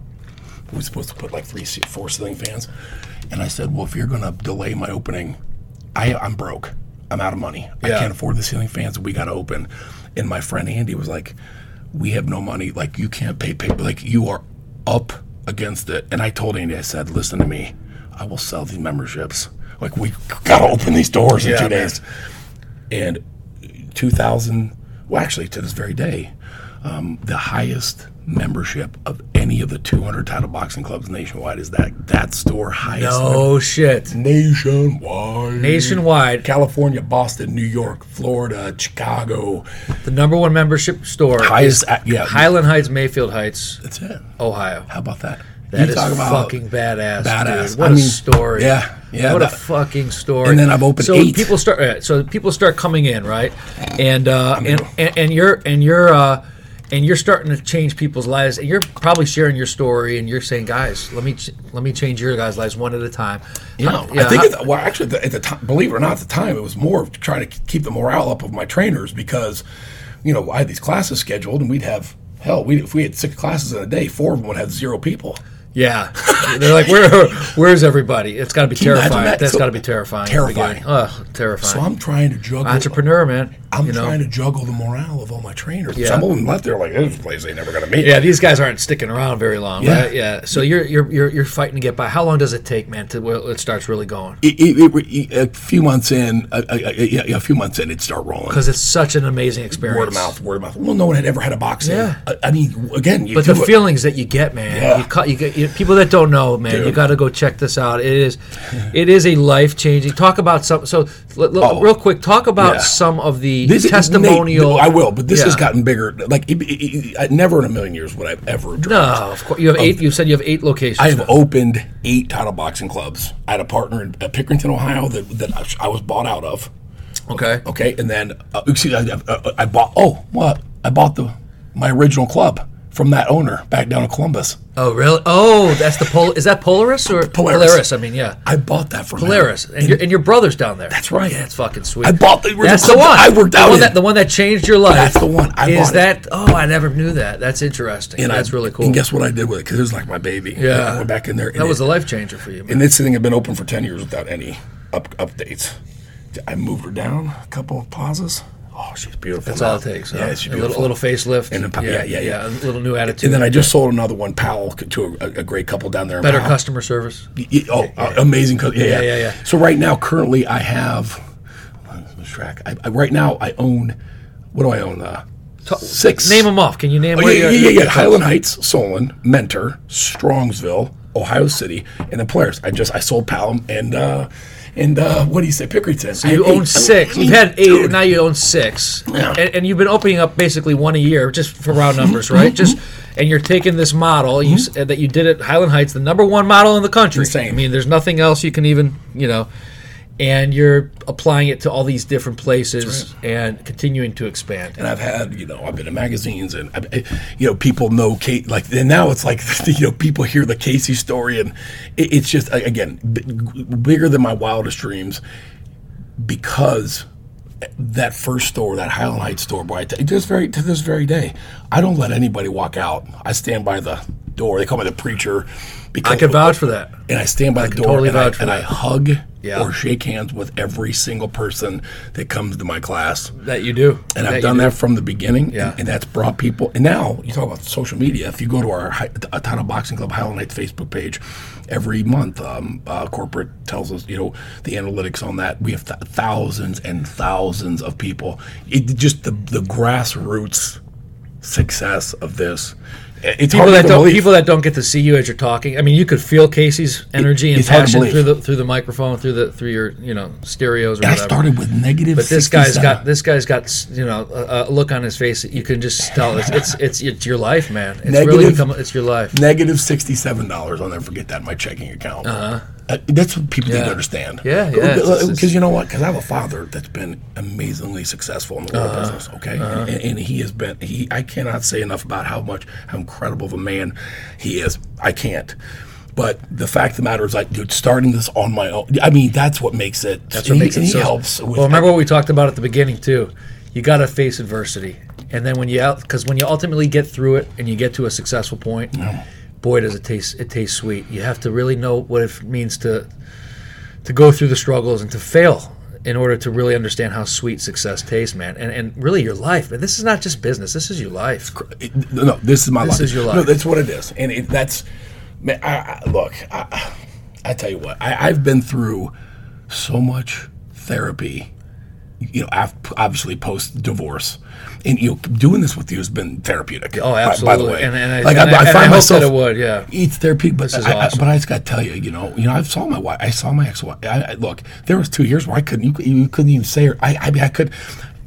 We were supposed to put like three, ce- four ceiling fans." And I said, "Well, if you're going to delay my opening, I, I'm broke. I'm out of money. I Yeah. can't afford the ceiling fans. We got to open." And my friend Andy was like, "We have no money. Like you can't pay pay. Like you are up against it." And I told Andy, I said, "Listen to me. I will sell these memberships. Like we got to open these doors in Yeah, man. two days." and 2000 well actually to this very day um, the highest membership of any of the 200 title boxing clubs nationwide is that that store highest Oh shit! mem- nationwide Nationwide, california boston new york florida chicago the number one membership store, highest uh, yeah Highland Heights, Mayfield Heights, that's it Ohio. how about that That is fucking badass, badass. dude. What I a mean, story. yeah, yeah, What a that- fucking story. and then I've opened so eight. people start. uh, So people start coming in, right? And uh, mean- and, and and you're and you're uh, and you're starting to change people's lives. And you're probably sharing your story, and you're saying, guys, let me ch- let me change your guys' lives one at a time. No, I think at the, well, actually, at the, at the time, believe it or not, at the time it was more of trying to keep the morale up of my trainers because, you know, I had these classes scheduled and we'd have hell, we if we had six classes in a day, four of them would have zero people. Yeah, they're like, where, where's everybody? It's got to be you imagine terrifying. that? That's So- got to be terrifying. at the Terrifying. beginning. Ugh, terrifying. So I'm trying to juggle. Entrepreneur, man. I'm you know? trying to juggle the morale of all my trainers. Yeah. Some of them left there like this place ain't never gonna meet. Yeah, these guys aren't sticking around very long. Yeah. right? yeah. So you're you're you're you're fighting to get by. How long does it take, man, to well, it starts really going? It, it, it, a few months in, a, a, yeah, yeah, a few months in, it'd start rolling. Because it's such an amazing experience. Word of mouth, word of mouth. Well, no one had ever had a boxing. Yeah. I, I mean, again, you But do the it- feelings that you get, man. Yeah. You, ca- you get you, people that don't know, man. You Dude. got to go check this out. It is, it is a life changing. Talk about some. So, l- l- Oh. real quick, talk about Yeah. some of the This is- testimonial. Nate, I will, but this has Yeah. gotten bigger. Like it, it, it- I- never in a million years would I've ever. Dreamed. No, of course you have eight. You said you have eight locations. I have now. opened eight title boxing clubs. I had a partner in uh, Pickerington, Ohio, that that I- I was bought out of. okay. Okay, and then uh, excuse me, I, I, I bought. Oh, what? I bought the my original club from that owner back down in Columbus. Oh really? Oh, that's the pol. Is that Polaris or Polaris. I mean, yeah. I bought that from him. Polaris, and, your and your brother's down there. That's right. Yeah, that's fucking sweet. I bought the original that's the club one. that I worked the out One in. that, the one that changed your life. That's the one. I is bought it. that? Oh, I never knew that. That's interesting. And I- that's really cool. And guess what I did with it? Because it was like my baby. Yeah. I went back in there. and that it- was a life changer for you. Man. And this thing had been open for 10 years without any up, updates. I moved her down a couple of pauses. Oh, she's beautiful. That's now. all it takes. huh? Yeah, she's a little, beautiful. little facelift. And a po- yeah, yeah, A yeah. little new attitude. and then I just sold another one, Powell, c- to a, a great couple down there. in better Powell. customer service. Y- y- Oh, uh, amazing. cu- Yeah yeah, yeah, yeah. So right now, currently, I have. let's lose track. I, I, right now, I own. What do I own? Uh, six. Name them off. Can you name? Oh, where yeah, yeah, you- yeah, yeah. Highland Heights, Solon, Mentor, Strongsville, Ohio City, and the players. I just I sold Palom and uh and uh what do you say, Pickerington. So You own six. You've had eight, and now you own six. Yeah. And, and you've been opening up basically one a year, just for round numbers, Mm-hmm. right? Just and you're taking this model you s uh, that you did at Highland Heights, the number one model in the country. Insane. I mean, there's nothing else you can even you know, and you're applying it to all these different places and continuing to expand. and I've had you know I've been in magazines and I- I, you know people know Kate like and now it's like you know people hear the Casey story and it, it's just a- again b- bigger than my wildest dreams because that first store that Highland Heights store boy to this very to this very day I don't let anybody walk out I stand by the door they call me the preacher because I could vouch for that. and I stand by the door totally and, I, vouch for and I hug Yeah. or shake hands with every single person that comes to my class. That you do. And I've done that from the beginning. Yeah. And, and that's brought people. And now you talk about social media. If you go to our Hi- a ton of boxing club Highland Heights Facebook page, every month um, uh, corporate tells us you know the analytics on that. We have th- thousands and thousands of people. It just the the grassroots success of this. eh, It's People hard that to don't believe. people that don't get to see you as you're talking. I mean, you could feel Casey's energy and it's hard to passion believe. through the through the microphone, through the through your you know stereos or I whatever. started with negative. but this guy's 67. got this guy's got s- you know a, a look on his face that you can just tell it's it's it's, it's your life, man. It's really Negative- become it's your life. negative sixty-seven dollars. I'll never forget that in my checking account. Uh-huh. that's what people need to understand. uh, Yeah, yeah, it's- it's- Because you know what? Because I have a father that's been amazingly successful in the world Uh-huh. business. Okay, and, and he has been. He I cannot say enough about how much how incredible of a man he is. I can't. But the fact of the matter is, like, dude, starting this on my own. I mean, that's what makes it. That's what he, makes it he so. helps. With well, remember what we talked about at the beginning too. You got to face adversity, and then when you out, because when you ultimately get through it and you get to a successful point, boy, does it taste it tastes sweet. You have to really know what it means to to go through the struggles and to fail in order to really understand how sweet success tastes, man. And and really your life. And this is not just business. This is your life. it- no, this is my This life. is your life. No, that's what it is, and it, that's. Man, I, I, look, I, I tell you what, I, I've been through so much therapy. You know, af- obviously post divorce, and you know, doing this with you has been therapeutic. Oh, by- absolutely. By, the way, and, and I, and I, and I hope that it would. Yeah. It's therapeutic, but is I, I- awesome. but I just got to tell you, you know, you know, I saw my wife, I saw my ex-wife. I, I, look, there was two years where I couldn't, you, cou- you couldn't even say her. I, I mean, I could.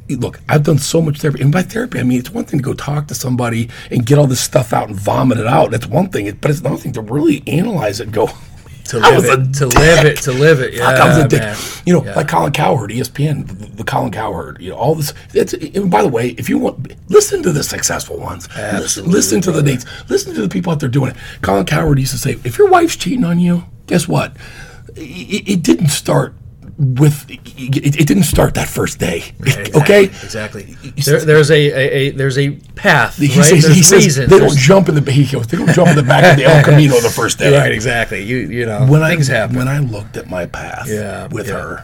Look, I've done so much therapy, and by therapy, I mean it's one thing to go talk to somebody and get all this stuff out and vomit it out. That's one thing, but it's another thing to really analyze it. and Go To I was live it. a To live it. To live it. Yeah. Fuck, I was a dick. man. You know, Yeah. like Colin Cowherd, E ESPN, the, the Colin Cowherd, you know, all this. It's, and by the way, if you want, listen to the successful ones. Listen, listen to the dates. Listen to the people out there doing it. Colin Cowherd used to say, if your wife's cheating on you, guess what? It, it didn't start with, it, it didn't start that first day. Okay? Exactly. There, there's a, a, a there's a path, He right? says, there's he says reasons. they don't There's- jump in the he goes, they don't jump in the back of the El Camino the first day. right, exactly. You you know When things I, happen. When I looked at my path Yeah, with yeah. her,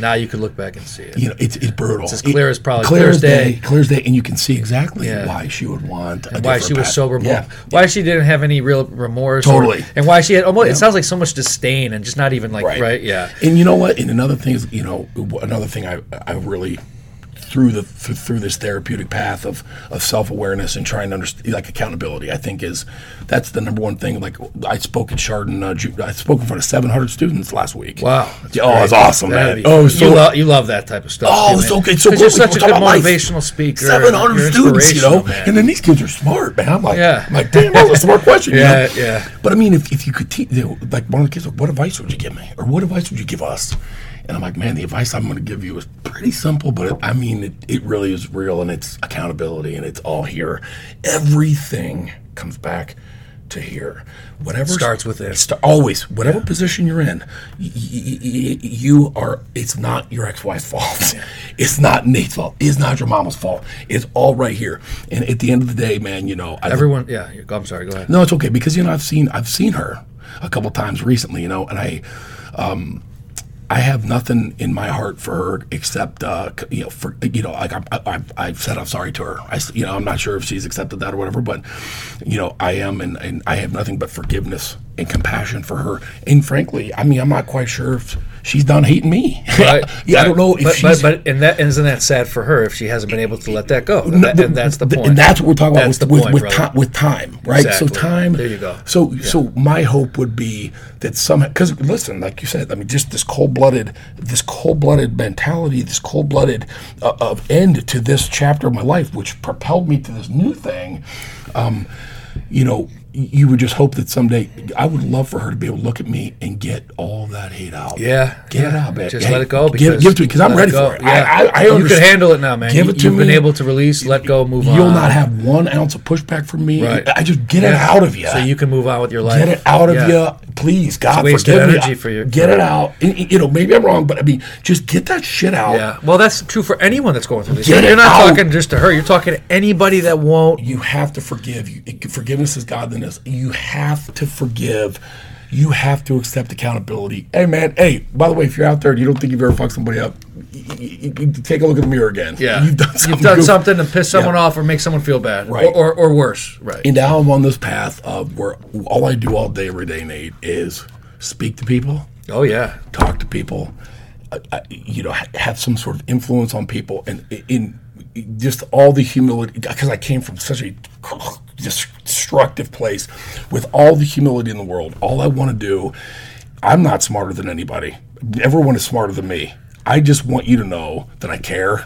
now you can look back and see it. you know, it's, it's brutal. It's as clear as probably- clear as day. Clear as day, and you can see exactly Yeah. why she would want. a Why different she was path. so remorseful. Yeah. Why she didn't have any real remorse. or- Totally. and why she had almost. It sounds like so much disdain and just not even like right. Right. yeah. And you know what? And another thing is, you know, another thing I, I really through the through, through this therapeutic path of of self awareness and trying to understand like accountability, I think is that's the number one thing. Like I spoke at Chardon, uh, Ju- I spoke in front of seven hundred students last week. Wow. Yeah, oh, it's awesome, That'd man. be- Oh, so you, lo- you love that type of stuff. Oh, too, it's man. so- it's so 'Cause You're cool. We're such a talking good about life. motivational speaker. and Seven you're hundred students, you know, inspirational, man. and then these kids are smart, man. I'm like, Yeah. I'm like, damn, that's a smart question. you Yeah, know? yeah. But I mean, if, if you could teach, you know, like one of the kids, like, what advice would you give me, or what advice would you give us? And I'm like, man, the advice I'm going to give you is pretty simple, but it, I mean, it, it really is real, and it's accountability, and it's all here. Everything comes back to here. Whatever Starts within. st- always, whatever position you're in, y- y- y- you are. It's not your ex-wife's fault. It's not Nate's fault. It's not your mama's fault. It's all right here. And at the end of the day, man, you know, I Everyone, yeah. you- I'm sorry. Go ahead. no, it's okay because you know I've seen I've seen her a couple times recently, you know, and I, um, I have nothing in my heart for her except uh, c- you know for you know like I, I, I've said I'm sorry to her. I s- you know I'm not sure if she's accepted that or whatever, but you know I am and, and I have nothing but forgiveness and compassion for her. And frankly, I mean I'm not quite sure if she's done hating me. Right. yeah, I don't know if but, she's. but, but and that and isn't that sad for her if she hasn't been able to let that go? No, That- but- and that's the th- point. And that's what we're talking That's about the with, point, with, with, brother. ti- with time, right? Exactly. So time. There you go. So so my hope would be that somehow, because listen, like you said, I mean, just this cold blooded, this cold blooded mentality, this cold blooded uh, of end to this chapter of my life, which propelled me to this new thing. Um, you know, you would just hope that someday I would love for her to be able to look at me and get all that hate out. Yeah, get it yeah. out, man. Just Hey, let it go. Give, Because give it to me because I'm let ready go. for it. Yeah. I, I, I you can understand. handle it now, man. Give You- it to You've been me. able to release, let go, move on. You'll not have one ounce of pushback from me. Right. I just get it out of you. so you can move on with your life. get it out of Yeah. you, please. God, wasted forgive energy me. for you. Get it out. And, and, You know, maybe I'm wrong, but I mean, just get that shit out. Yeah. Well, that's true for anyone that's going through this. Get you're it not out. talking just to her. You're talking to anybody that won't. You have to forgive. You, forgiveness is godliness. You have to forgive. you have to accept accountability. Hey, man. Hey, by the way, if you're out there and you don't think you've ever fucked somebody up, y- y- y- take a look in the mirror again. Yeah. you've done something. You've done goofy. something to piss someone off or make someone feel bad. Right. Or, or, or worse. Right. And now I'm on this path of where all I do all day, every day, Nate, is speak to people, oh, yeah. talk to people, uh, uh, you know, ha- have some sort of influence on people, and in just all the humility because I came from such a destructive place with all the humility in the world. All I want to do, I'm not smarter than anybody. Everyone is smarter than me. I just want you to know that I care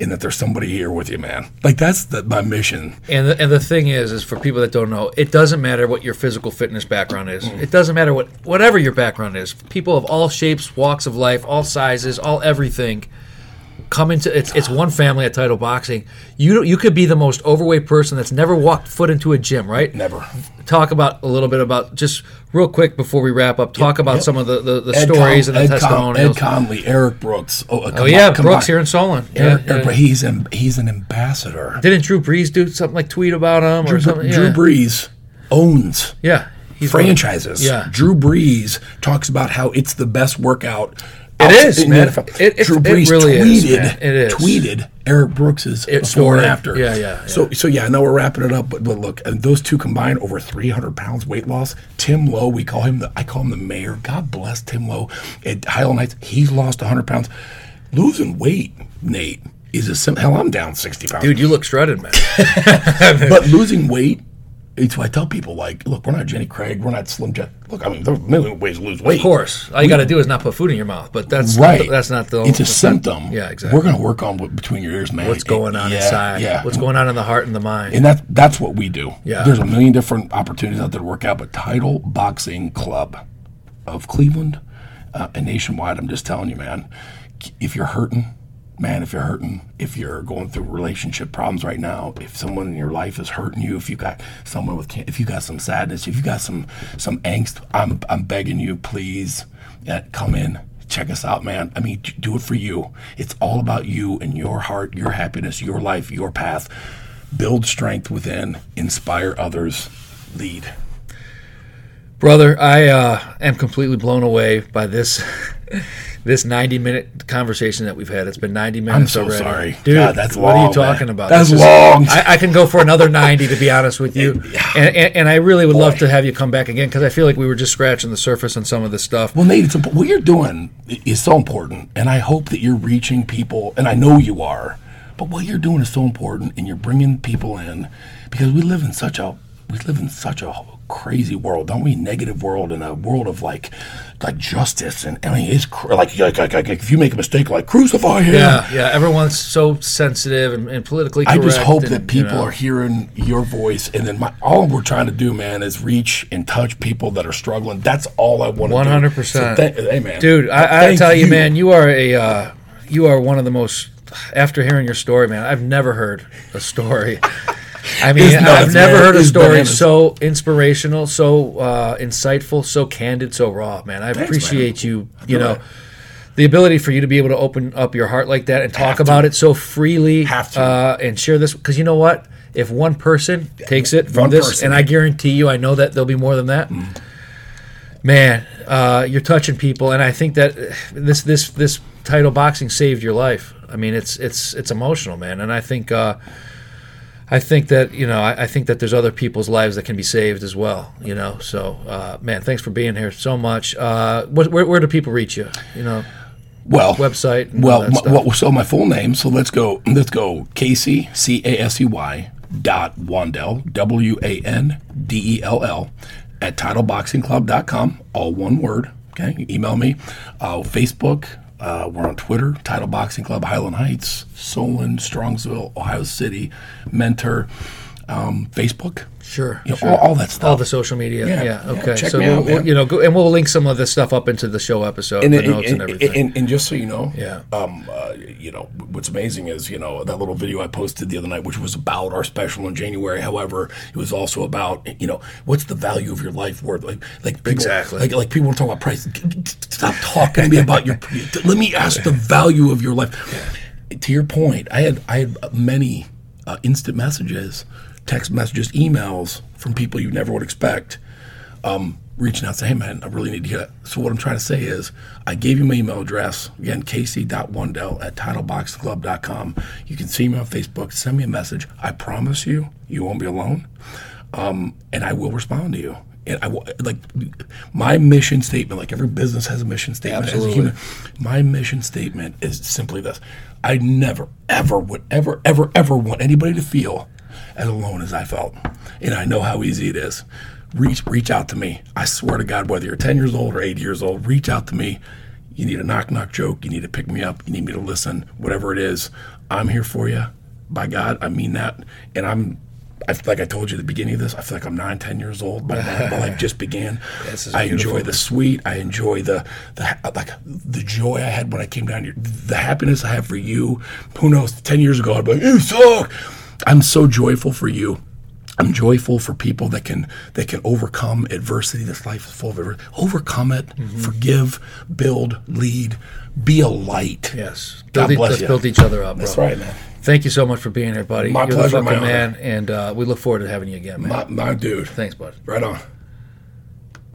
and that there's somebody here with you, man. Like that's the, my mission. And the, and the thing is, is for people that don't know, it doesn't matter what your physical fitness background is. Mm-hmm. It doesn't matter what whatever your background is. People of all shapes, walks of life, all sizes, all everything, come into it's it's one family at Title Boxing. You don't- you could be the most overweight person that's never walked foot into a gym, right? Never. Talk about a little bit about just real quick before we wrap up. Talk about yep. some of the the, the Ed stories and Con- the Ed Con- testimonials. Ed Conley, Eric Brooks. Oh, uh, oh come yeah, on, come Brooks on. here in Solon. Eric, yeah, Eric- yeah. he's an, he's an ambassador. Didn't Drew Brees do something like tweet about him or Drew, something? Drew yeah. Brees owns Yeah. He's one of- franchises. Yeah. Drew Brees talks about how it's the best workout. It out is, in the man. NFL. It- it- Drew it Brees really is, tweeted, man. It is. tweeted Eric Brooks's before story. and after. Yeah, yeah, So, so yeah, I know we're wrapping it up, but, but look, and those two combined over 300 pounds weight loss. Tim Lowe, we call him the, I call him the mayor. God bless Tim Lowe at Highland Heights. He's lost 100 pounds. Losing weight, Nate, is a sim- hell. I'm down 60 pounds Dude, you look shredded, man. but losing weight, it's why I tell people like, look, we're not Jenny Craig, we're not Slim Jet. Look, I mean, there's a million ways to lose weight. Of course, all you got to do is not put food in your mouth. But that's Right. Not the, that's not the. It's a symptom. Yeah, exactly. We're going to work on what between your ears, man. what's going on Yeah, inside. Yeah. What's going on in the heart and the mind. and that, that's what we do. Yeah. There's a million different opportunities out there to work out, but Title Boxing Club of Cleveland uh, and nationwide, I'm just telling you, man, if you're hurting, man, if you're hurting, if you're going through relationship problems right now, if someone in your life is hurting you, if you got someone with, can- if you got some sadness, if you got some some angst, I'm I'm begging you, please, yeah, come in. Check us out, man. I mean, d- do it for you. It's all about you and your heart, your happiness, your life, your path. Build strength within, inspire others, lead. Brother, I uh, am completely blown away by this this 90 minute conversation that we've had. It's been 90 minutes so already. sorry. Dude, God, that's what are long, you talking man. about? That's This long. I, I can go for another 90, to be honest with you. And, and, and I really would love to have you come back again because I feel like we were just scratching the surface on some of this stuff. Well, Nate, it's impo- what you're doing i- is so important, and I hope that you're reaching people, and I know you are. But what you're doing is so important, and you're bringing people in because we live in such a we live in such a crazy world, don't we? Negative world and a world of like like justice, and I mean, it's cr- like, like, like, like if you make a mistake, like crucify him. Yeah, yeah. Everyone's so sensitive and, and politically I correct. just hope that and, you people know. are hearing your voice, and then my, all we're trying to do, man, is reach and touch people that are struggling. That's all I want to do. 100%. So thank- hey, man, dude I, I Thank tell you, man you are a uh, you are one of the most after hearing your story man i've never heard a story i mean It's i've nuts, never man. heard a It's story bananas. so inspirational so uh, insightful so candid so raw man i appreciate you you know the ability for you to be able to open up your heart like that and talk about it so freely Have to. Uh, and share this because you know what if one person takes it from one this person. Mm-hmm. and i guarantee you i know that there'll be more than that man uh, you're touching people and i think that uh, this this this title boxing saved your life i mean it's it's it's emotional man and i think uh, I think that you know. I, I think that there's other people's lives that can be saved as well. You know. So, uh, man, thanks for being here so much. Uh, what, where, where do people reach you? You know, well website. And all well, that my, stuff. well so my full name so let's go let's go casey c-a-s-e-y E dot wandell w-a-n-d-e-l-l E at titleboxingclub.com all one word okay You email me uh, facebook uh, we're on Twitter, Title Boxing Club, Highland Heights, Solon, Strongsville, Ohio City, Mentor, um, Facebook, sure. you know, sure. all, all that all stuff. the social media. Oh. Yeah, Yeah. yeah, okay. check so me out, we'll, man. you know, go, and we'll link some of this stuff up into the show episode, the and, notes and, and- everything. and- and just so you know, Yeah. um, uh, you know what's amazing is you know that little video I posted the other night, which was about our special in January. However, it was also about you know what's the value of your life worth. Like, like people, Exactly. Like, like people talk about price. Stop talking to me about your. Let me ask the value of your life. To your point, I had I had many uh, instant messages, text messages, emails from people you never would expect reaching out and saying, hey, man, I really need to hear that. So what I'm trying to say is I gave you my email address, again, casey.wondell at titleboxclub.com. You can see me on Facebook. Send me a message. I promise you, you won't be alone. Um, and I will respond to you. And I will, like my mission statement, like every business has a mission statement. as a Absolutely. human, my mission statement is simply this I never, ever would ever, ever, ever want anybody to feel as alone as I felt. And I know how easy it is. Reach, reach out to me. I swear to God, whether you're 10 years old or 80 years old, reach out to me. You need a knock knock joke. You need to pick me up. You need me to listen. Whatever it is, I'm here for you. By God, I mean that. And I'm, I, feel like I told you at the beginning of this, I feel like I'm nine, 10 years old. My, my life just began. is I enjoy the sweet. I enjoy the, the ha- like the joy I had when I came down here. The happiness I have for you. Who knows? Ten years ago, I'd be like, "You suck." I'm so joyful for you. I'm joyful for people that can that can overcome adversity. This life is full of adversity. Overcome it. Forgive. Build. Lead. Be a light. Yes. God Build e- bless let's you. build each other up, bro. That's right, man. Thank you so much for being here, buddy. My You're pleasure, the my fucking honor. man, and uh, we look forward to having you again, man. My, my dude. Thanks, bud. Right on.